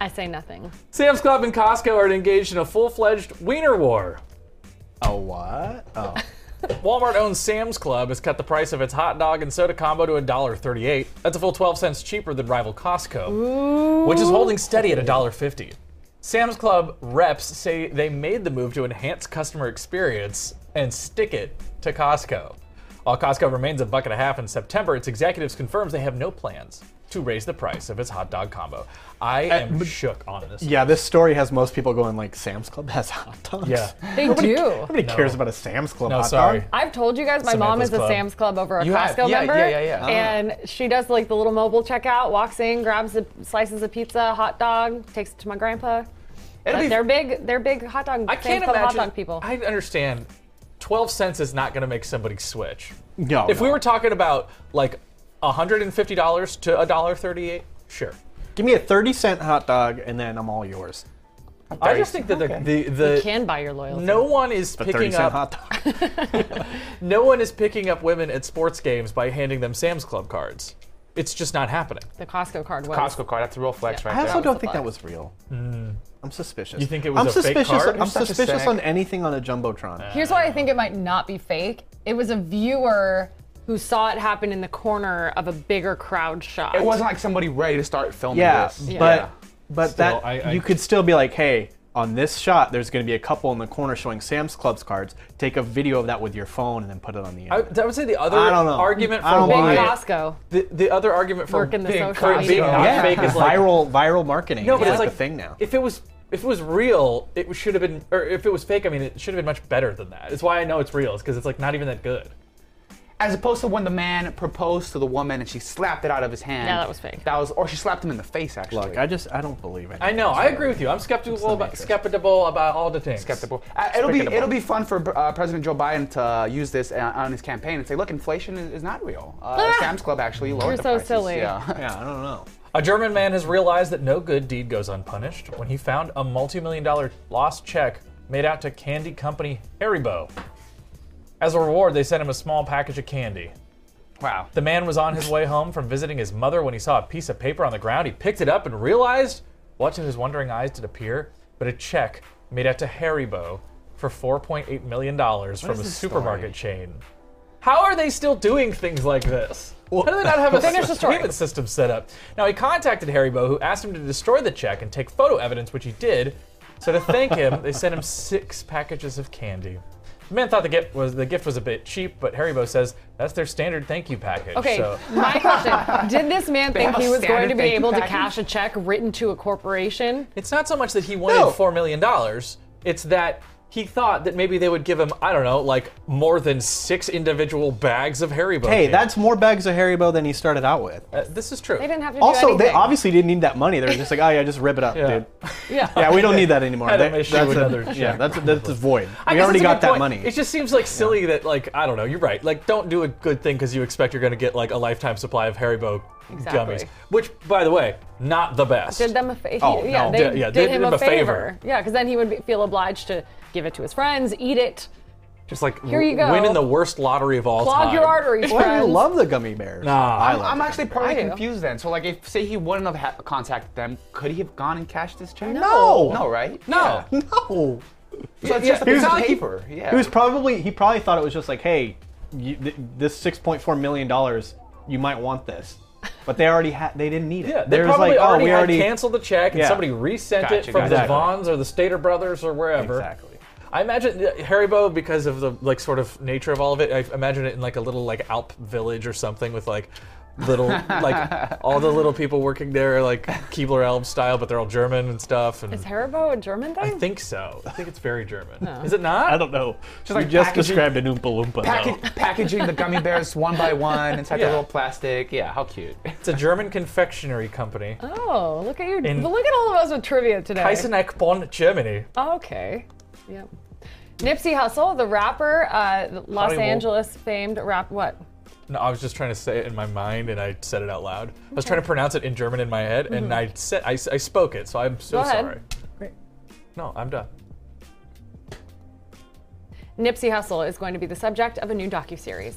S2: I say nothing.
S1: Sam's Club and Costco are engaged in a full-fledged wiener war.
S4: A what? Oh.
S1: Walmart owns Sam's Club has cut the price of its hot dog and soda combo to $1.38. That's a full 12 cents cheaper than rival Costco, which is holding steady at $1.50. Sam's Club reps say they made the move to enhance customer experience and stick it to Costco. While Costco remains a buck and a half in September, its executives confirms they have no plans to raise the price of its hot dog combo. I am shook on this.
S4: Yeah, this story has most people going like Sam's Club has hot dogs.
S1: Yeah.
S2: They
S4: nobody,
S2: do.
S4: Nobody
S3: Oh,
S1: No.
S4: cares about a Sam's Club
S1: No,
S4: hot
S1: sorry.
S4: dog.
S2: I've told you guys my mom
S4: Samantha's
S2: is a
S4: Club.
S2: Sam's Club over a
S4: You have.
S2: Costco
S4: Yeah,
S2: member.
S4: yeah, yeah, yeah.
S2: And she does like the little mobile checkout, walks in, grabs the slices of pizza, hot dog, takes it to my grandpa.
S1: It'll
S2: But
S1: be-
S2: they're big. They're big hot dog.
S1: I can't
S2: Sam's Club
S1: imagine.
S2: hot dog people.
S1: I understand. Twelve cents is not going to make somebody switch.
S4: No,
S1: If we were talking about like hundred and fifty dollars to a dollar thirty-eight, sure.
S4: Give me a 30 cent hot dog and then I'm all yours.
S1: I just think that the the, the
S2: you can buy your loyalty.
S1: no one is
S4: The 30
S1: picking
S4: cent
S1: up
S4: hot
S1: no one is picking up women at sports games by handing them Sam's Club cards. It's just not happening.
S2: The Costco card was.
S3: Costco card. That's a real flex, right
S4: I
S3: there.
S4: also don't think that was real. I'm suspicious.
S1: Hmm. You think it was
S4: I'm
S1: a fake
S4: suspicious.
S1: card? You're
S4: I'm
S1: such a Uh,
S4: suspicious
S1: cynic.
S4: on anything on a jumbotron.
S2: Here's why I think it might not be fake. It was a viewer who saw it happen in the corner of a bigger crowd shot.
S3: It wasn't like somebody ready to start filming
S4: yeah,
S3: this.
S4: but but
S3: Still,
S4: that
S3: I- I-
S4: you could still be like, hey, on this shot, there's going to be a couple in the corner showing Sam's Club's cards. Take a video of that with your phone and then put it on the internet.
S1: I, I would say the other
S4: I don't know.
S1: argument
S4: I
S1: for
S4: don't
S1: why
S4: believe it.
S2: Costco.
S1: The, the other argument for
S2: Working the
S1: being,
S2: social
S1: for it being
S2: media.
S1: not
S4: yeah,
S1: fake is like
S4: viral viral marketing.
S1: No, but
S4: is
S1: it's
S4: like
S1: like
S4: the thing now.
S1: If it was if it was real, it was- should have been or if it was fake, I mean it should have been much better than that. It's why I know it's real, is because it's like not even that good.
S3: As opposed to when the man proposed to the woman and she slapped it out of his hand.
S1: Yeah, that was fake.
S3: That was, or she slapped him in the face actually.
S4: Look, I just I don't believe it.
S1: I know, I agree with you. I'm skeptical about skeptical about all the things.
S3: Skeptical. Uh, it'll be it'll be fun for uh, President Joe Biden to uh, use this uh, on his campaign and say, look, inflation is, is not real. Uh, Sam's Club actually lowered
S2: Ah! You're
S3: the
S2: so
S3: prices.
S2: silly.
S3: Yeah.
S4: yeah, I don't know.
S1: A German man has realized that no good deed goes unpunished when he found a multi-million dollar lost check made out to candy company Haribo. As a reward, they sent him a small package of candy.
S3: Wow.
S1: The man was on his way home from visiting his mother when he saw a piece of paper on the ground. He picked it up and realized what to his wondering eyes did appear but a check made out to Haribo for $4.8 million from
S12: is
S1: a
S12: this
S1: supermarket chain. How are they still doing things like this? How do they not have a
S12: Finish the story.
S1: payment system set up? Now, he contacted Haribo, who asked him to destroy the check and take photo evidence, which he did. So to thank him, they sent him six packages of candy. The man thought the gift was the gift was a bit cheap, but Haribo says that's their standard thank you package.
S2: Okay,
S1: so.
S2: my question: Did this man
S1: They
S2: think
S1: have a
S2: he was
S1: standard
S2: going to be
S1: thank you
S2: able to
S1: package?
S2: cash a check written to a corporation?
S1: It's not so much that he wanted four million dollars. It's that he thought that maybe they would give him, I don't know, like more than six individual bags of Haribo.
S4: Hey,
S1: candy.
S4: that's more bags of Haribo than he started out with.
S1: Uh, this is true.
S2: They didn't have to do
S4: Also,
S2: anything.
S4: they obviously didn't need that money. They were just like, oh yeah, just rip it up, dude.
S2: Yeah.
S4: Yeah, we don't need that anymore.
S1: I don't
S4: That-
S1: issue
S4: that's
S1: another
S4: a, yeah,
S1: check.
S4: that's that's a void.
S1: I
S4: We
S1: guess
S4: already
S1: that's a
S4: got
S1: good
S4: that
S1: point.
S4: money.
S1: It just seems like silly that, like, I don't know. You're right. Like, don't do a good thing because you expect you're going to get like a lifetime supply of Haribo
S2: Exactly.
S1: gummies. Which, by the way, not the best.
S2: Did them a favor?
S1: Oh,
S2: yeah,
S1: no.
S2: they
S1: Did- yeah,
S2: did,
S1: they
S2: him, a favor. Yeah, because then he would be, feel obliged to give it to his friends, eat it,
S1: Just like
S2: Here you go.
S1: winning the worst lottery of all
S2: Clog
S1: time. Ah.
S2: your arteries, Why do you friends. love
S4: the gummy bears?
S1: Nah,
S3: I'm, I'm actually partly
S2: I do.
S3: confused then. So, like, if say he wouldn't have ha- contacted them, could he have gone and cashed this check?
S4: No.
S3: no, right?
S1: No,
S4: no.
S3: So it's just a
S4: He was-
S3: piece of
S4: he-
S3: paper. Yeah.
S4: He was probably he probably thought it was just like, hey, you, th- this 6.4 million dollars, you might want this, but they already had they didn't need it.
S1: Yeah, they
S4: They're just
S1: probably
S4: like, oh,
S1: already,
S4: we
S1: had
S4: already
S1: canceled the check and
S4: Yeah.
S1: somebody resent it
S4: Gotcha,
S1: from the
S4: gotcha.
S1: Vons or the Stater Brothers or wherever.
S4: Exactly.
S1: I imagine uh, Haribo because of the like sort of nature of all of it. I imagine it in like a little like Alp village or something with like little like all the little people working there like Keebler Elm style, but they're all German and stuff. And
S2: Is Haribo a German Oh.
S1: I
S2: thing?
S1: think so. I think it's very German.
S2: No.
S1: Is it not? I don't
S4: know.
S1: Just
S4: You just described an Oompa Loompa.
S3: Packag- packaging the gummy bears one by one inside
S1: Yeah.
S3: the little plastic. Yeah, how cute.
S1: It's a German confectionery company.
S2: Oh, look at your
S1: In-
S2: well, look at all of us with trivia today.
S1: Kaizen Bonn, Germany.
S2: Okay. Yep. Nipsey Hussle, the rapper, uh, the Los
S1: Hollywood.
S2: Angeles famed rap. What?
S1: No, I was just trying to say it in my mind, and I said it out loud. I was
S2: Okay.
S1: trying to pronounce it in German in my head,
S2: Mhm.
S1: and I said I, I spoke it, so I'm so
S2: Go ahead.
S1: sorry.
S2: Great.
S1: No, I'm done.
S2: Nipsey Hussle is going to be the subject of a new docuseries.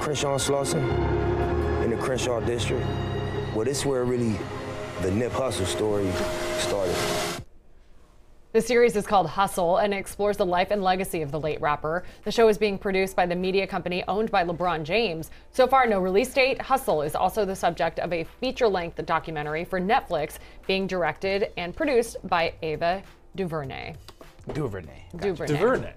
S13: Crenshaw and Slauson in the Crenshaw district. Well, this where really the Nip Hustle story started.
S2: The series is called Hustle and it explores the life and legacy of the late rapper. The show is being produced by the media company owned by LeBron James. So far, no release date. Hustle is also the subject of a feature length documentary for Netflix, being directed and produced by Ava DuVernay.
S3: Duvernay.
S2: DuVernay.
S1: DuVernay.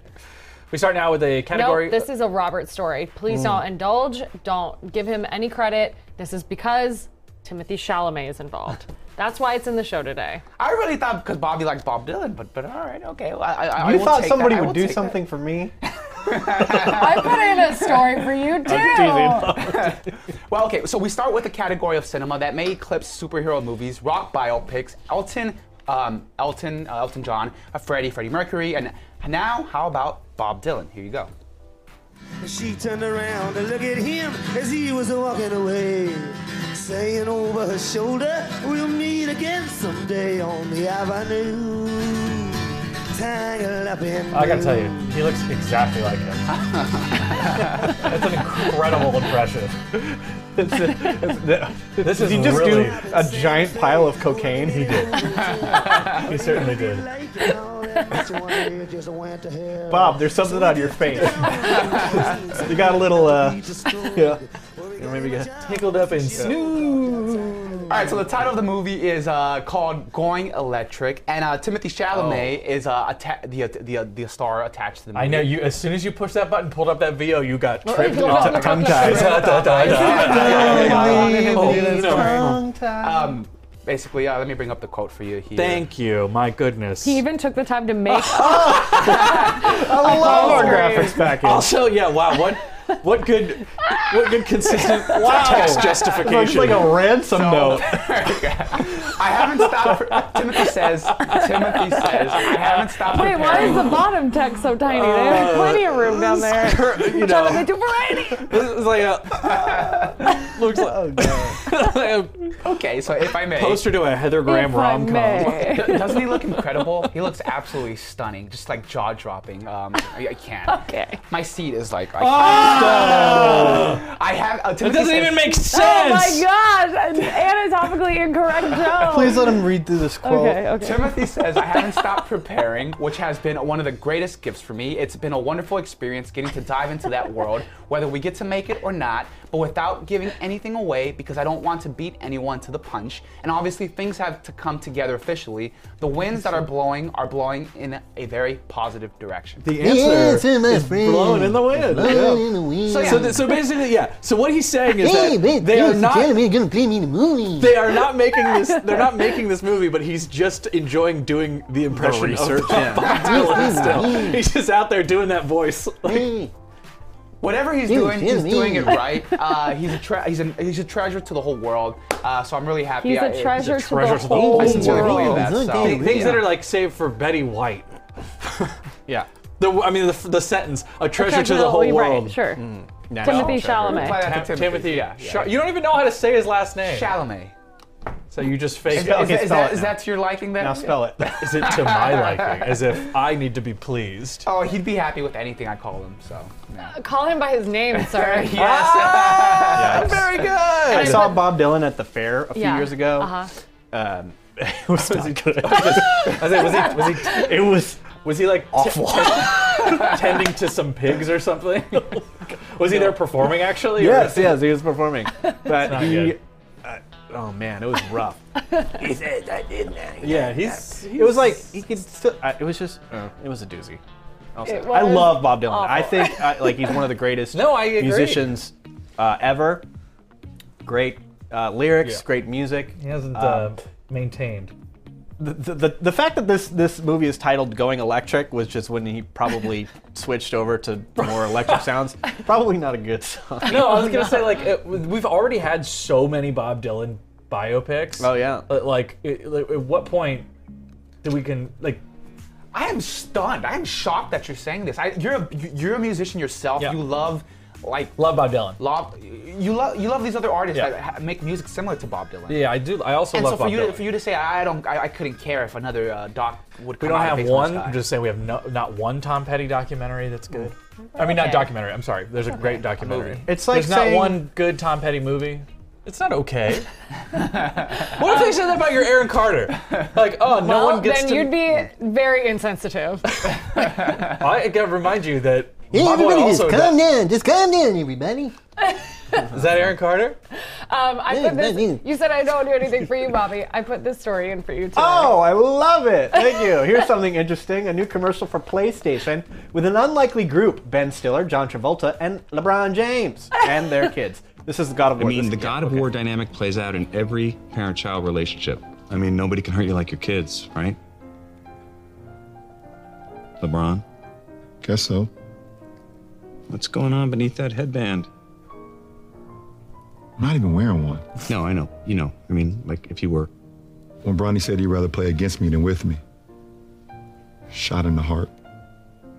S1: We start now with a category. uh,
S2: Nope, this is a Robert story. Please
S1: Mm.
S2: don't indulge. Don't give him any credit. This is because Timothy Chalamet is involved. That's why it's in the show today.
S3: I really thought because Bobby likes Bob Dylan, but but all right, okay. Well, I, I, I
S4: you
S3: will
S4: thought
S3: take
S4: somebody
S3: that. I
S4: would
S3: will
S4: do
S3: take that.
S4: something for me?
S2: I put in a story for you too.
S3: Well, okay, so we start with a category of cinema that may eclipse superhero movies, rock biopics, Elton, um, Elton, uh, Elton John, uh, Freddie, Freddie Mercury, and now how about Bob Dylan? Here you go.
S14: And she turned around to look at him as he was walking away, saying over her shoulder, We'll meet again someday on the avenue. Tangled up in
S1: I gotta
S14: blue."
S1: tell you, he looks exactly like him. That's an incredible impression. this is
S4: did he just
S1: really.
S4: do a giant pile of cocaine? He did.
S1: he certainly did.
S14: Just went to hell.
S4: Bob, there's something on your face. you got a little, uh, yeah. Maybe you got
S1: tickled up in
S3: All right, so the title of the movie is uh, called Going Electric, and uh, Timothy Chalamet
S4: Oh.
S3: is uh, atta- the, the the star attached to the movie.
S1: I know you. As soon as you pushed that button, pulled up that VO, you got
S3: Well,
S1: tripped
S3: it's all
S1: and
S3: about
S1: tongue
S3: the-
S1: tied. Da, da, da, da. Oh, no.
S3: Um, basically, uh, let me bring up the quote for you here.
S1: Thank you. My goodness.
S2: He even took the time to make. oh,
S1: Our
S4: graphics package.
S1: Also, yeah, wow, what what good what good consistent text justification.
S4: It's like a ransom note.
S3: I haven't stopped. For, Timothy says. Timothy says. I haven't stopped.
S2: Wait, why
S3: preparing."
S2: is the bottom text so tiny? There's
S3: Uh,
S2: plenty of room down there.
S1: you
S2: Jonathan
S1: know.
S2: DuVernay.
S1: This is like a looks like,
S3: okay, so if I may.
S1: Poster to a Heather Graham rom com.
S3: Doesn't he look incredible? He looks absolutely stunning, just like jaw dropping. Um, I, I can't. Okay. My seat is like. I, Oh, can't. I have. Uh, Timothy
S1: Oh! doesn't
S3: says-
S1: even make
S2: Oh my gosh! An anatomically incorrect joke.
S4: Please let him read through this quote.
S2: Okay, okay.
S3: Timothy says, I haven't stopped preparing, which has been one of the greatest gifts for me. It's been a wonderful experience getting to dive into that world, whether we get to make it or not. but without giving anything away because I don't want to beat anyone to the punch. And obviously, things have to come together officially. The winds that are blowing are blowing in a very positive direction.
S15: The answer is blown in the wind.
S3: Blown
S15: yeah.
S3: in the wind.
S15: So, so, th- so basically, yeah. So what he's saying is that they are not.
S13: gonna pay me the movie.
S15: They are not making this. They're not making this movie, but he's just enjoying doing the impression
S12: research,
S15: of
S12: yeah.
S15: Bob Dylan still. He's just out there doing that voice.
S13: Like,
S3: Whatever he's
S15: Dude,
S3: doing, he's
S15: Jimmy.
S3: doing it right. Uh, he's a tre- he's, an, he's a treasure to the whole world. Uh, so I'm really happy.
S2: He's a
S3: I- he's
S2: treasure to the
S3: treasure
S2: whole
S3: I sincerely believe
S2: world.
S3: that, so-
S15: Thi- Things that are like saved for Betty White.
S4: yeah.
S15: The, I mean, the, the sentence, a treasure, to the whole
S2: right,
S15: world.
S2: sure. Timothy Chalamet.
S3: Apply that to
S15: Tim-
S3: Timothy.
S15: Timothy,
S3: Yeah,
S15: yeah.
S3: yeah,
S15: Sha- you don't even know how to say his last name.
S3: Chalamet.
S15: So you just
S3: Is,
S15: fake
S3: that- is that- is that, is that to your liking? Then
S15: Now spell it. Is it to my liking? As if I need to be pleased.
S3: Oh, he'd be happy with anything I call him. So.
S1: Uh,
S3: yeah.
S2: Call him by his name, sir.
S3: yes.
S1: Ah!
S2: very good.
S4: I saw Bob Dylan at the fair a few
S2: Yeah,
S4: years ago.
S2: uh-huh.
S4: Um, it was not good.
S15: I was like, was he? Was he?
S4: It was.
S15: Was he like awful? tending to some pigs or something? was he there performing actually? or
S4: Yes,
S15: was he-
S4: yes, he was performing. But
S15: not
S4: he.
S15: good.
S4: Uh, oh man, it was rough.
S13: He said I did that.
S4: yeah,
S13: he's-
S4: It was like he could still. I it was just. Uh, it was a doozy. I'll say
S13: It
S4: that. I
S13: was
S4: love Bob Dylan. I
S13: awful.
S4: think I, like he's one of the greatest
S13: No, I agree.
S4: musicians uh, ever. Great uh, lyrics,
S1: Yeah.
S4: great music.
S1: He hasn't
S4: Um,
S1: uh, maintained.
S4: the, the- the, the fact that this, this movie is titled Going Electric was just when he probably switched over to more electric sounds. Probably not a good song.
S1: No,
S2: Oh,
S1: I was gonna say like it, we've already had so many Bob Dylan biopics.
S4: Oh, yeah.
S1: But, Like, it, like at what point do we can like?
S3: I am stunned. I am shocked that you're saying this. I, you're a you- you're a musician yourself. You love like
S1: love Bob Dylan.
S3: Love you love you love these other artists
S1: Yeah.
S3: that ha- make music similar to Bob Dylan.
S1: Yeah, I do. I also
S3: and
S1: love
S3: so for
S1: Bob
S3: you
S1: Dylan.
S3: to, for you to say I don't I, I couldn't care if another uh, doc would
S1: we
S3: come
S1: don't
S3: out
S1: have
S3: based on
S1: one.
S3: this guy.
S1: I'm just saying we have no, not one Tom Petty documentary that's good.
S2: Mm-hmm.
S1: I mean, not
S3: Okay.
S1: documentary. I'm sorry. There's a great documentary.
S4: It's like
S1: there's not
S4: saying-
S1: one good Tom Petty movie. It's not okay. what if they said that about your Aaron Carter? Like, oh, no
S2: well,
S1: one gets
S2: then
S1: to.
S2: you'd be very insensitive.
S1: I gotta remind you that.
S13: Hey,
S1: my boy
S13: everybody, just
S1: also
S13: calm down. Just calm down, everybody.
S1: Is that Aaron Carter?
S2: Um, I
S13: Yeah,
S2: put this,
S13: that is-
S2: you said I don't do anything for you, Bobby. I put this story in for you today.
S4: Oh, I love it. Thank you. Here's something interesting a new commercial for PlayStation with an unlikely group Ben Stiller, John Travolta, and LeBron James and their kids. This is God of
S16: I
S4: War.
S16: mean, the God of War dynamic plays out in every parent child relationship. I mean, nobody can hurt you like your kids, right? LeBron? Guess so. What's going on beneath that headband?
S17: I'm not even wearing one.
S16: No, I know. You know. I mean, like if you were.
S17: When Bronny said he'd rather play against me than with me, shot in the heart.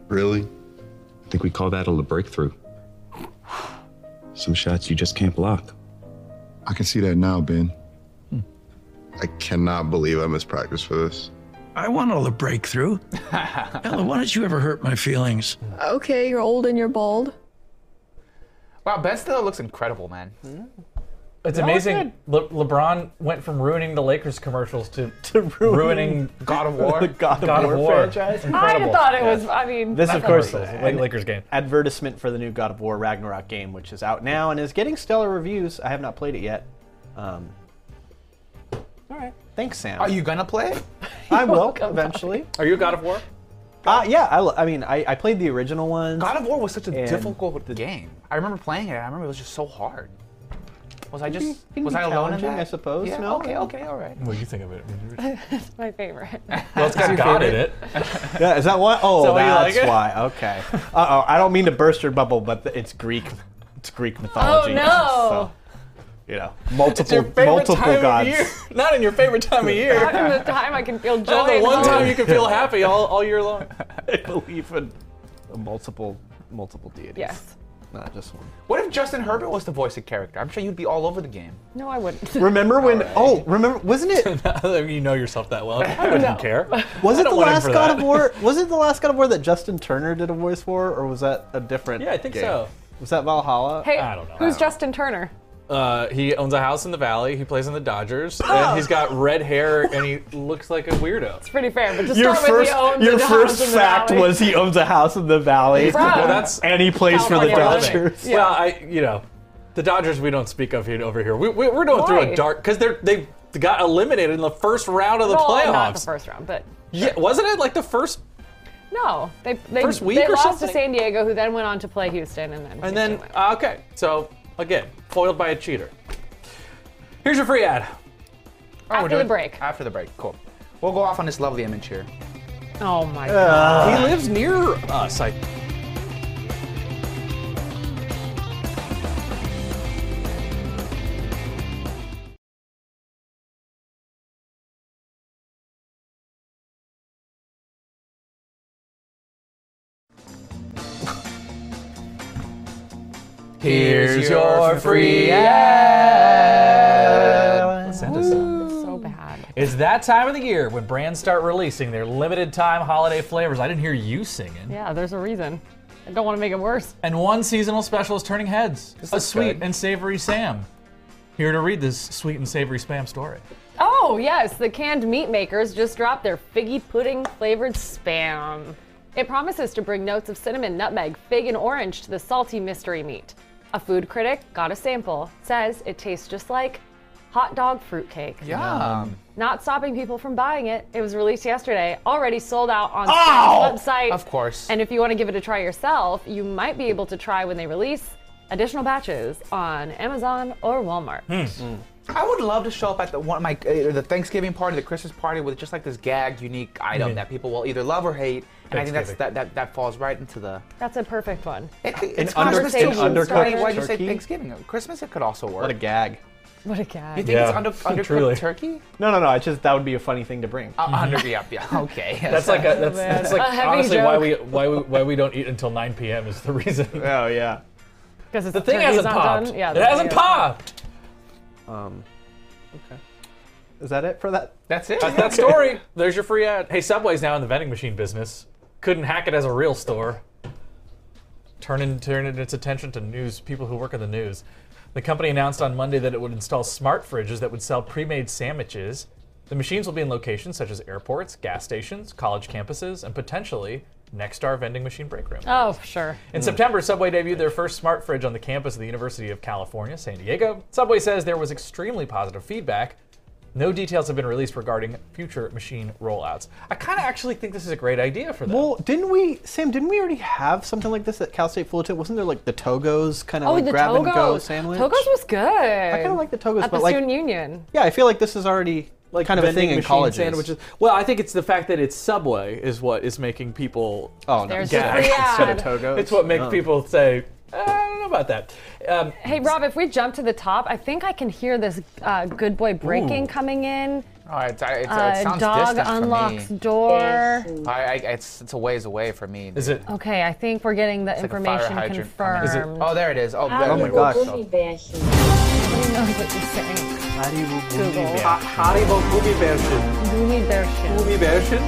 S16: Really? I think we call that a le- breakthrough. Some shots you just can't block.
S17: I can see that now, Ben.
S18: I cannot believe I missed practice for this. I want all the breakthrough. Ella, why don't you ever hurt my feelings?
S19: Okay, you're old and you're bald.
S3: Wow, Ben Stiller looks incredible, man.
S1: Hmm. It's
S3: No, it's
S1: amazing. Le- LeBron went from ruining the Lakers commercials to, to ruining
S3: God of War.
S1: the God of, War
S4: franchise.
S1: Incredible.
S2: I thought it was. I mean,
S4: This,
S2: not
S4: of course,
S2: commercials.
S4: an
S1: Lake- Lakers game.
S4: advertisement for the new God of War Ragnarok game, which is out now and is getting stellar reviews. I have not played it yet. Um, all right. Thanks, Sam.
S3: Are you gonna play it?
S4: I will eventually.
S1: Are you a God of War?
S4: Uh, yeah, I, lo- I mean, I, I played the original ones.
S3: God of War was such a
S4: And
S3: difficult game. I remember playing it. I remember it was just so hard. Was I just
S4: can
S3: was
S4: be
S3: I alone in
S4: challenging,
S3: that?
S4: I suppose.
S3: Yeah,
S4: No?
S3: Okay. Okay. All right.
S1: What do you think of it?
S2: That's my favorite.
S1: Well, it's got
S4: your
S1: God in it.
S4: favorite? Yeah, is that why? Oh,
S1: So you like
S4: that's
S1: it?
S4: why. Okay. Uh oh, I don't mean to burst your bubble, but th- it's Greek. It's Greek mythology.
S2: no.
S4: So, you know,
S1: Oh, It's your
S4: multiple
S1: favorite
S4: multiple
S1: time of
S4: gods.
S1: year. Not in your favorite time of year.
S2: Not in the time I can feel joy.
S1: Oh, the
S2: and
S1: one
S2: hope.
S1: time you can feel happy all, all year long.
S4: I believe in multiple multiple deities.
S2: Yes.
S4: Not just one.
S3: What if Justin Herbert was the voice of character? I'm sure you'd be all over the game. Oh,
S2: No, I wouldn't.
S4: Remember when? Oh, remember? Wasn't it?
S1: you know yourself that well. I wouldn't care.
S4: Was
S1: I
S4: it
S1: don't
S4: the
S1: want him
S4: last
S1: for
S4: God
S1: that.
S4: of War? Was it the last God of War that Justin Turner did a voice for, or was that a different?
S1: Yeah, I think
S4: game?
S1: so.
S4: Was that Valhalla?
S2: Hey, who's Justin Turner?
S1: Uh, he owns a house in the valley. He plays in the Dodgers,
S2: Oh.
S1: and he's got red hair, and he looks like a weirdo.
S2: It's pretty fair, but just
S4: your
S2: start
S4: first,
S2: with he owns
S4: your
S2: the
S4: first
S2: house in the
S4: fact
S2: valley.
S4: was he owns a house in the valley.
S2: Bro. Well, that's
S4: and he plays for the
S1: California living.
S4: Dodgers.
S1: Well, I you know, The Dodgers we don't speak of here over here. We, we, we're going through
S2: Why?
S1: a dark because they're they got eliminated in the first round of the
S2: well,
S1: playoffs.
S2: not the first round, but
S1: Yeah, wasn't it like the first?
S2: no, they they,
S1: First week
S2: they
S1: or
S2: lost
S1: something?
S2: to San Diego, who then went on to play Houston, and then
S1: And then uh, okay, so again foiled by a cheater. Here's your free ad.
S3: After
S2: the break.
S3: After the break, cool. We'll go off on this lovely image here.
S2: oh my
S3: Uh,
S1: he lives near us. I.
S3: Here's your free
S1: ad. Send us some.
S2: so bad.
S1: It's that time of the year when brands start releasing their limited time holiday flavors. I didn't hear you singing.
S2: Yeah, there's a reason. I don't want to make it worse.
S1: And one seasonal special is turning heads. a
S2: looks
S1: sweet
S2: good.
S1: and savory Sam. Here to read this sweet and savory spam story.
S2: Oh, yes, the canned meat makers just dropped their figgy pudding flavored spam. It promises to bring notes of cinnamon, nutmeg, fig, and orange to the salty mystery meat. A food critic got a sample, says it tastes just like hot dog fruitcake.
S3: Yum.
S2: Not stopping people from buying it. It was released yesterday, already sold out on
S3: Ow!
S2: Spam's website.
S3: Of course.
S2: And if you want to give it a try yourself, you might be able to try when they release additional batches on Amazon or Walmart.
S3: Hmm. I would love to show up at the one of my uh, the Thanksgiving party, the Christmas party with just like this gagged, unique item
S1: Mhm.
S3: that people will either love or hate. And I think that's that,
S1: Thanksgiving.
S3: that that falls right into the.
S2: That's a perfect one.
S3: It's
S4: under-
S3: Christmas too.
S4: an undercooked
S3: Sorry, Why'd you say
S4: turkey?
S3: Thanksgiving? Christmas it could also work.
S4: What a gag.
S2: What a gag.
S3: You think it's under, undercooked turkey?
S4: No, no, no. It's just that would be a funny thing to bring.
S3: Uh, under, yeah, yeah, okay.
S1: Mm-hmm. That's like a, that's, that's like
S2: A heavy
S1: honestly why
S2: joke.
S1: we why we why we don't eat until 9 p.m. is the reason.
S4: Oh yeah.
S2: Because it's
S1: The thing
S2: turkey's
S1: hasn't
S2: not
S1: popped.
S2: done. Yeah,
S1: it
S2: the
S1: hasn't
S2: turkey hasn't
S1: popped.
S4: Um. Okay. Is that it for that?
S3: That's it.
S1: That's that story. There's your free ad. Hey, Subway's now in the vending machine business. Couldn't hack it as a real store. Turning turning its attention to news people who work in the news. The company announced on Monday that it would install smart fridges that would sell pre-made sandwiches. The machines will be in locations such as airports, gas stations, college campuses, and potentially Nextar vending machine break room.
S2: Oh, sure.
S1: In September, Subway debuted their first smart fridge on the campus of the University of California, San Diego. Subway says there was extremely positive feedback. No details have been released regarding future machine rollouts. I kind of actually think this is a great idea for them.
S4: Well, didn't we, Sam? Didn't we already have something like this at Cal State Fullerton? Wasn't there like the Togos kind of
S2: Oh,
S4: like
S2: the
S4: grab and go
S2: Togos.
S4: sandwich?
S2: Togos was good. I
S4: kinda like the Togos,
S2: At
S4: but,
S2: the
S4: like-
S2: student union.
S4: Yeah, I feel like this is already like kind of a
S1: vending
S4: thing in
S1: machine
S4: colleges.
S1: Sandwiches. Well, I think it's the fact that it's Subway is what is making people uh,
S4: Oh, no. There's your
S1: gag
S4: free
S2: ad.
S4: Instead of Togos.
S1: It's what makes
S4: Oh.
S1: people say, I don't know about that. Um,
S2: Hey, Rob, if we jump to the top, I think I can hear this uh, good boy breaking
S1: Ooh.
S2: coming in.
S3: Oh, it's, I- it's,
S2: Uh,
S3: it sounds
S2: dog
S3: distant
S2: unlocks
S3: for me.
S2: door.
S3: I, I, it's, it's a ways away for me.
S1: Is it?
S2: Okay, I think we're getting the
S3: It's like a fire
S2: information
S3: hydrant.
S2: confirmed.
S3: Is it- oh, there it is. Oh,
S2: Ah,
S3: there,
S4: Oh my
S3: there it
S4: gosh.
S3: is.
S2: Who knows what you're saying? Google.
S4: Ha- Haribo Gummy Bear shit.
S2: Gummibärchen.
S4: Gummy Bear shit.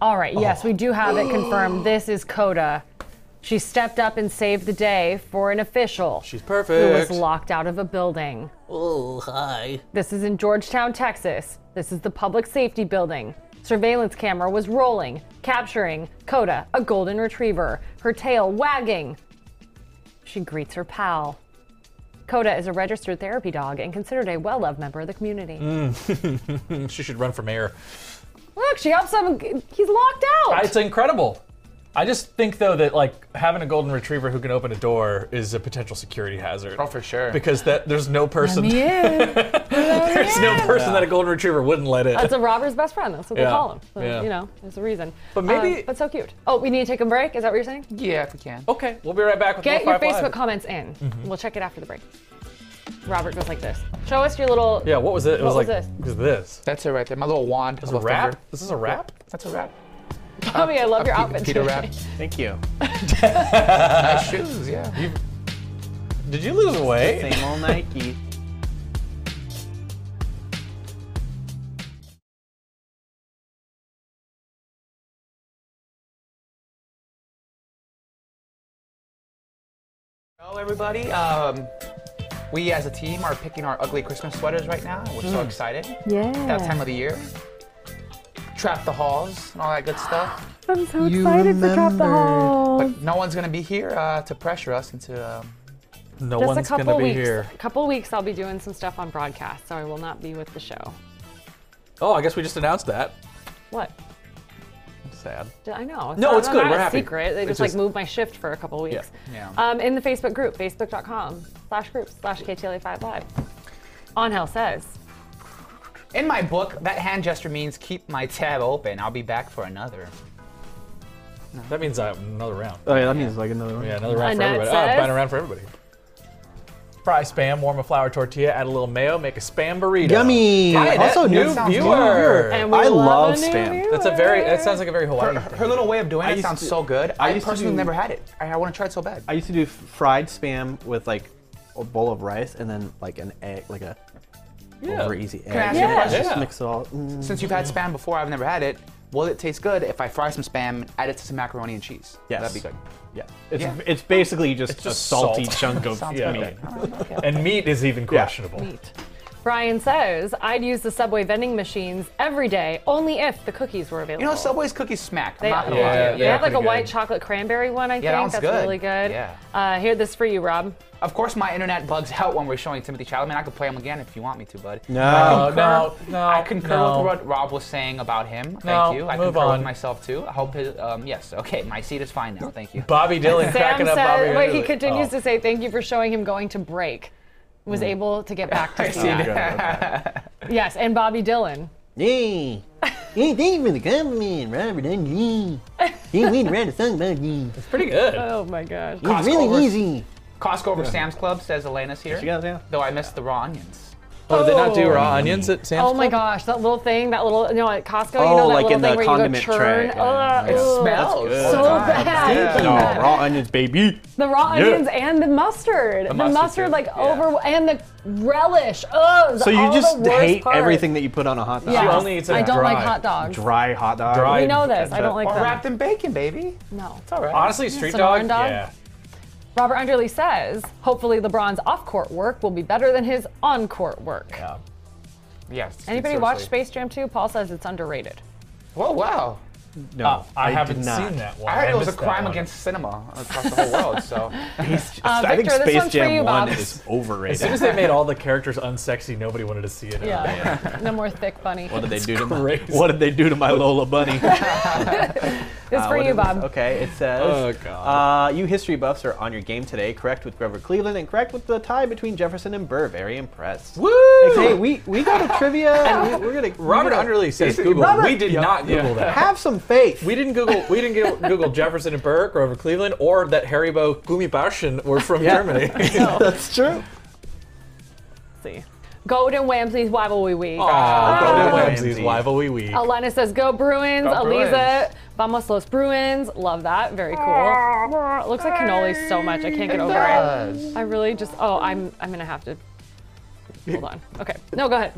S2: All
S3: Oh.
S2: right, yes, we do have it confirmed. This is Coda. She stepped up and saved the day for an official. She's Who was
S1: perfect.
S2: locked out of a building.
S20: Oh, hi.
S2: This is in Georgetown, Texas. This is the public safety building. Surveillance camera was rolling, capturing Coda, a golden retriever, her tail wagging. She greets her pal. Coda is a registered therapy dog and considered a well loved member of the community.
S1: Mm. she should run for mayor.
S2: Look, she helps him. He's locked out.
S1: I- It's incredible. I just think though that like having a golden retriever who can open a door is a potential security hazard. Oh, for
S3: sure.
S1: Because that there's no person.
S2: me
S1: there's no person
S4: Yeah.
S1: that a golden retriever wouldn't let in.
S2: That's a robber's best friend. That's what
S1: Yeah,
S2: they call him. So,
S1: yeah.
S2: You know, there's a reason.
S1: But maybe-
S2: Um, but so cute. Oh, we need to take a break. Is that what you're saying?
S3: Yeah, if we can.
S1: Okay, we'll be right back with
S2: Get
S1: more
S2: your
S1: Five Mm-hmm.
S2: Facebook
S1: Live.
S2: comments in. We'll check it after the break. Robert goes like this. Show us your little.
S1: Yeah, what was it? It
S2: What
S1: was like
S2: was this?
S1: it was this.
S3: That's it right there. My little wand.
S1: Is a wrap? This is a wrap?
S3: That's a wrap.
S2: Tommy, I love your
S3: Pe-
S2: outfit.
S3: Peter
S2: today.
S3: wrap.
S4: Thank you.
S3: nice shoes. Yeah.
S1: Did you lose weight?
S4: Same old Nike.
S3: Hello, everybody. Um, we as a team are picking our ugly Christmas sweaters right now. We're so
S1: Hmm.
S4: Mm.
S3: excited.
S2: Yeah.
S3: That time of the year. Trap the halls and all that good stuff.
S2: I'm so excited for Drop the Hall.
S3: But no one's gonna be here uh, to pressure us into. Um,
S1: No
S2: Just
S1: one's
S2: a couple
S1: gonna be
S2: weeks.
S1: here.
S2: A couple weeks, I'll be doing some stuff on broadcast, so I will not be with the show.
S15: Oh, I guess we just announced that.
S2: What?
S1: Sad.
S2: Did- I know.
S15: No,
S2: not-
S15: it's good.
S2: Not
S15: We're
S2: a
S15: happy.
S2: secret. They
S15: It's
S2: just,
S15: just-
S2: like moved my shift for a couple weeks.
S15: Yeah.
S2: Um, in the Facebook group, facebook.com slash group slash KTLA5 Live. On Hell Says.
S3: in my book, that hand gesture means keep my tab open. I'll be back for another.
S1: That means uh, another round.
S4: Oh yeah, that means like another one.
S1: Yeah, another round
S2: Annette
S1: for everybody. Oh,
S2: says-
S1: fine around for everybody. Fry spam, warm a flour tortilla, add a little mayo, make a spam burrito.
S4: Yummy!
S1: Hi, Annette,
S4: Also,
S1: new
S4: new-
S1: viewer.
S4: new viewer. And we I love love a new spam.
S1: That's a very. That sounds like a very Hawaiian.
S3: Her, her little way of doing
S4: I
S3: it
S4: used
S3: sounds
S4: to-
S3: so good.
S4: I
S3: I,
S4: used to
S3: personally
S4: do-
S3: never had it. I, I want to try it so bad.
S4: I used to do f- fried spam with like a bowl of rice and then like an egg, like a
S3: Yeah.
S4: over easy egg.
S3: Can I ask you a Yeah. question?
S4: Just
S3: Yeah.
S4: mix it all. Mm.
S3: Since you've had spam before, I've never had it. Will it taste good if I fry some spam, add it to some macaroni and cheese?
S4: Yes.
S3: That'd be good.
S4: Yeah. It's,
S3: Yeah.
S4: it's basically just,
S1: It's just
S4: a salty
S1: salt.
S4: chunk of
S1: Sounds
S4: yeah,
S1: good.
S4: meat.
S1: And meat is even questionable.
S2: Meat. Brian says, I'd use the Subway vending machines every day, only if the cookies were available.
S3: You know, Subway's cookies smack. I'm
S2: They,
S3: not gonna
S2: yeah,
S3: lie.
S2: they have like a white chocolate cranberry one, I
S3: Yeah, that
S2: think.
S3: one's
S2: That's
S3: good.
S2: really good.
S3: Yeah.
S2: Uh, here, this for you, Rob.
S3: Of course, my internet bugs out when we're showing Timothy Chalamet. I could play him again if you want me to, bud.
S4: No,
S1: Uh,
S3: I concur-
S1: no, no,
S3: I concur
S1: no.
S3: with what Rob was saying about him. Thank
S1: No,
S3: you. I
S1: move
S3: concur
S1: on.
S3: with myself too. I hope his, um, yes. Okay, my seat is fine now. Thank you.
S1: Bobby Dylan
S2: Sam
S1: cracking up. Bobby
S2: says, wait, he
S1: Dylan.
S2: continues
S1: Oh.
S2: to say, thank you for showing him going to break. Was
S4: Mm.
S2: able to get back to
S3: I
S2: see
S3: see
S2: that. Yes, and Bobby Dylan.
S4: Yay! Hey, thank you for the compliment, Robert. and me. Can't wait to write a song about you. It's
S1: pretty good.
S2: Oh my gosh.
S4: It's
S3: Costco over-
S4: really easy.
S3: Costco over Sam's Club says Elena's here.
S4: she does, yeah.
S3: Though I missed the raw onions.
S1: Oh, did they not do raw onions at Sam's?
S2: oh my
S1: Club?
S2: gosh, that little thing, that little no at Costco,
S4: Oh,
S2: you know that
S4: like
S2: little
S4: in the
S2: thing where you go
S4: condiment
S2: churn.
S4: tray.
S2: Ugh,
S4: Yeah.
S2: ugh.
S3: smells.
S2: Oh, That's so bad.
S4: No, raw onions, baby.
S2: The raw
S4: Yeah.
S2: onions and the mustard. The,
S4: mustard,
S2: mustard,
S4: too.
S2: like over and the relish. Ugh.
S4: So you
S2: all
S4: just
S2: the worst
S4: hate
S2: parts.
S4: everything that you put on a hot dog.
S2: Yes. I don't like hot dogs.
S4: Dry hot dog.
S1: Dry-
S2: We know this. I don't like
S3: Or
S2: them.
S3: wrapped in bacon, baby.
S2: No.
S3: It's all right.
S1: Honestly, street
S2: Sonoran
S1: dog.
S2: dog?
S1: Yeah.
S2: Robert Underly says, hopefully LeBron's off-court work will be better than his on-court work.
S1: Yeah.
S3: Yes.
S2: Anybody
S3: seriously.
S2: watch Space Jam 2? Paul says it's underrated.
S3: Whoa, wow.
S4: No,
S1: Uh, I,
S4: did
S1: haven't
S4: not.
S1: seen that one.
S3: I heard it was a
S1: missed that
S3: crime
S1: one.
S3: against cinema across the whole world. So
S2: Uh,
S4: I think
S2: Victor, this
S4: Space
S2: one's for
S4: Jam
S2: you,
S4: 1
S2: Bob.
S4: is overrated.
S1: As soon as they made all the characters unsexy, nobody wanted to see it.
S2: Yeah. no more thick bunny.
S4: What did they do to my,
S1: crazy.
S4: What did they do to my Lola bunny?
S2: This
S4: Uh,
S2: for
S4: what
S2: you,
S4: is this?
S2: Bob.
S4: Okay, it says.
S1: Oh,
S4: Uh, you history buffs are on your game today. Correct with Grover Cleveland and correct with the tie between Jefferson and Burr. Very impressed. Woo! Hey, we we got a trivia. and we, we're gonna we
S1: Robert
S4: gotta-
S1: Underly says Google.
S4: Robert-
S1: we did not Google that.
S4: Have some faith.
S1: We didn't Google. We didn't Google- Google Jefferson and Burke or over Cleveland or that Haribo Gummibärchen were from
S4: Yeah. Uh,
S1: Germany.
S4: That's true.
S2: See. Golden Whamsy's Wobble Wee.
S1: Ah,
S4: Golden
S1: Golden
S4: Ramsay's.
S1: Ramsay's Live Wee Wee.
S4: Oh,
S2: Alana says, Go Bruins.
S3: Go
S2: Aliza, vamos los Bruins. Love that. Very cool. It looks like cannoli so much. I can't get over it. I really just, oh, I'm, I'm going to have to. Hold on. Okay. No, go ahead.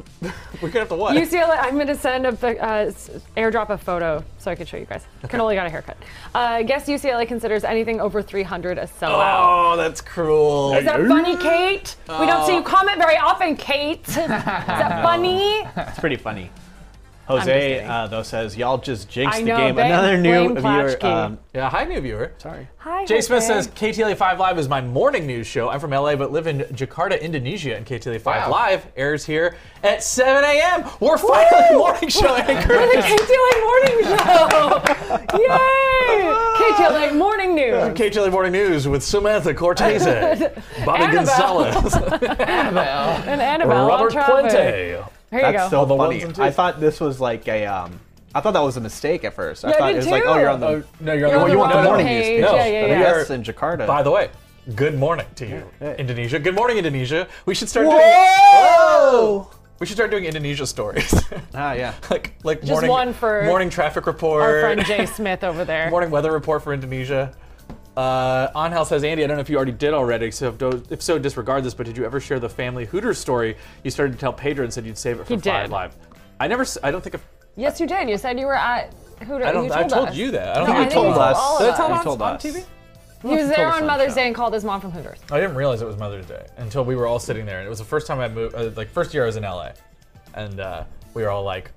S1: We're gonna have to what?
S2: UCLA, I'm going to send a pic- uh, s- airdrop a photo so I can show you guys. Cannoli got a haircut. Uh, guess UCLA considers anything over 300 a sellout.
S1: oh, that's cruel.
S2: Is that funny, Kate? We don't see
S1: Oh.
S2: you comment very often, Kate. Is that funny?
S4: It's pretty funny.
S2: just
S4: Jose
S2: kidding.
S4: uh, though says y'all just jinxed
S2: I
S4: the
S2: know,
S4: game.
S2: blame-
S4: Another new
S2: blame
S4: viewer.
S2: Plotchkin.
S4: Um,
S1: Yeah, hi, new viewer.
S4: sorry.
S2: Hi.
S1: Jay Smith
S2: Jose.
S1: says KTLA 5 E Live is my morning news show. I'm from LA but live in Jakarta, Indonesia, and KTLA 5
S3: Wow.
S1: E Live airs here at 7 a.m. We're finally morning show
S2: We're the
S1: anchors.
S2: KTLA Morning Show! Yay! KTLA Morning News!
S1: KTLA E Morning News with Samantha Cortese, Bobby
S2: Annabelle.
S1: Gonzalez,
S2: And Annabelle on
S1: Robert
S2: traffic.
S1: Puente.
S2: Here you
S4: That's
S2: go.
S4: so
S1: the
S4: funny.
S1: ones and
S4: I
S1: twos.
S4: thought this was like a um. I thought that was a mistake at first. I
S2: Yeah, I
S4: thought
S2: did
S4: it was like, oh,
S2: too.
S4: you're on the.
S1: Oh, no, you're on the
S2: You're on
S4: well,
S1: morning-
S4: you want the
S1: no, no,
S4: morning
S1: no.
S2: page.
S4: news.
S2: No.
S4: page.
S2: Yeah, yeah,
S4: But
S2: yeah.
S4: Yes, in Jakarta.
S1: By the way, good morning to you, Indonesia. Good morning, Indonesia. We should start doing.
S4: Whoa!
S1: We should start doing Indonesia stories.
S4: Ah, yeah.
S1: like, like morning,
S2: one for
S1: morning traffic report.
S2: Our friend Jay Smith over there.
S1: Morning weather report for Indonesia. Uh, Angel says, Andy, I don't know if you already did already, so if, do, if so, disregard this, but did you ever share the family Hooters story you started to tell Pedro and said you'd save it for
S2: He
S1: Five
S2: did.
S1: Live? I never, s- I don't think I've,
S2: Yes, you did. You said you were at Hooters.
S1: I don't,
S2: you
S1: I
S2: told
S1: told
S2: us.
S1: you that. I don't
S2: No,
S1: think
S2: I
S1: you
S2: think
S1: told
S2: you told
S1: us.
S2: all of
S1: Did I
S2: us.
S1: tell
S4: You
S1: on,
S4: told
S1: on
S4: us.
S1: TV?
S2: He was there
S4: told us
S2: on
S4: on
S2: Mother's
S4: the
S2: Day and called his mom from Hooters.
S1: I didn't realize it was Mother's Day until we were all sitting there, and it was the first time I moved. Uh, like first year I was in LA, and uh, we were all like,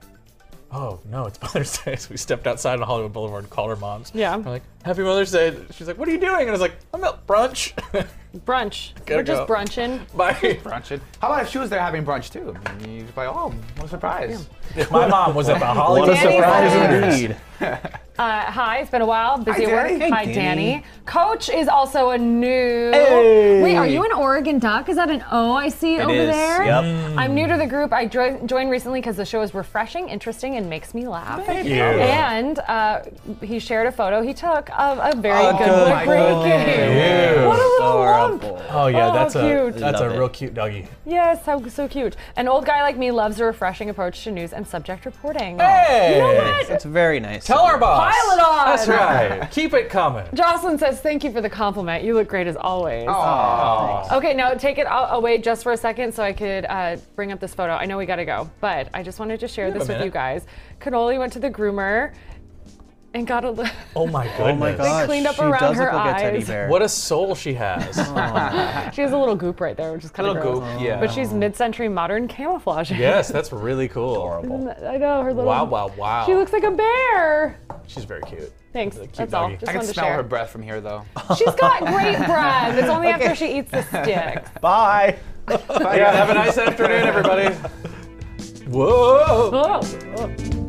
S1: oh no, it's Mother's Day. So we stepped outside on Hollywood Boulevard and called our moms.
S2: Yeah.
S1: I'm like, Happy Mother's Day. She's like, What are you doing? And I was like, I'm at brunch.
S2: Brunch.
S1: Gotta
S2: We're just
S1: go.
S2: brunching.
S1: Bye.
S3: brunching. How about if she was there having brunch too? I mean, you just be like, oh, what a surprise.
S1: If my mom was at the Hollywood
S2: What a surprise
S1: Boulevard-
S4: indeed.
S2: Uh, hi, it's been a while. Busy
S3: Hi,
S2: work.
S3: Danny.
S2: Hi,
S4: Danny.
S2: Danny. Coach is also a new.
S4: Hey.
S2: Wait, are you an Oregon Duck? Is that an O I see
S4: It
S2: over
S4: is,
S2: there?
S4: yep.
S2: I'm new to the group. I jo- joined recently because the show is refreshing, interesting, and makes me laugh.
S1: Thank you.
S2: Oh, And uh, he shared a photo he took of a very
S4: Oh,
S2: good
S4: good
S2: look
S1: goodness.
S2: breaking.
S1: Ew.
S2: What a little lump.
S4: Adorable.
S1: Oh yeah,
S2: Oh,
S1: that's a
S2: cute.
S1: that's
S4: Love
S1: a
S4: it.
S1: real cute doggy.
S2: Yes, how so cute. An old guy like me loves a refreshing approach to news and subject reporting.
S1: Hey!
S2: You know what?
S4: It's very nice.
S1: Tell our boss.
S2: Pile it on.
S1: That's right. Keep it coming.
S2: Jocelyn says, "Thank you for the compliment. You look great as always." Okay, now take it a- away just for a second so I could uh, bring up this photo. I know we gotta go, but I just wanted to share
S1: have
S2: this
S1: a
S2: with
S1: minute.
S2: you guys. Cannoli went to the groomer and got a look.
S1: Oh my goodness.
S4: Oh my gosh.
S2: cleaned up
S4: she
S2: around
S4: does
S2: her
S4: look like a teddy
S2: eyes.
S4: bear.
S1: What a soul she
S2: Oh.
S1: has.
S2: she has a little goop right there, which is kind of
S3: Little goop, yeah.
S2: But she's mid-century modern camouflage.
S1: yes, that's really cool.
S2: I know her little.
S1: Wow, wow, wow.
S2: She looks like a bear.
S1: She's very cute.
S2: Thanks.
S1: Cute
S2: That's all.
S1: doggy.
S2: Just
S3: I can
S2: wanted to
S3: smell
S2: share.
S3: her breath from here though.
S2: She's got great breath. It's only after she eats the stick.
S4: Bye.
S1: Yeah, have a nice afternoon, everybody. Whoa.
S2: Oh.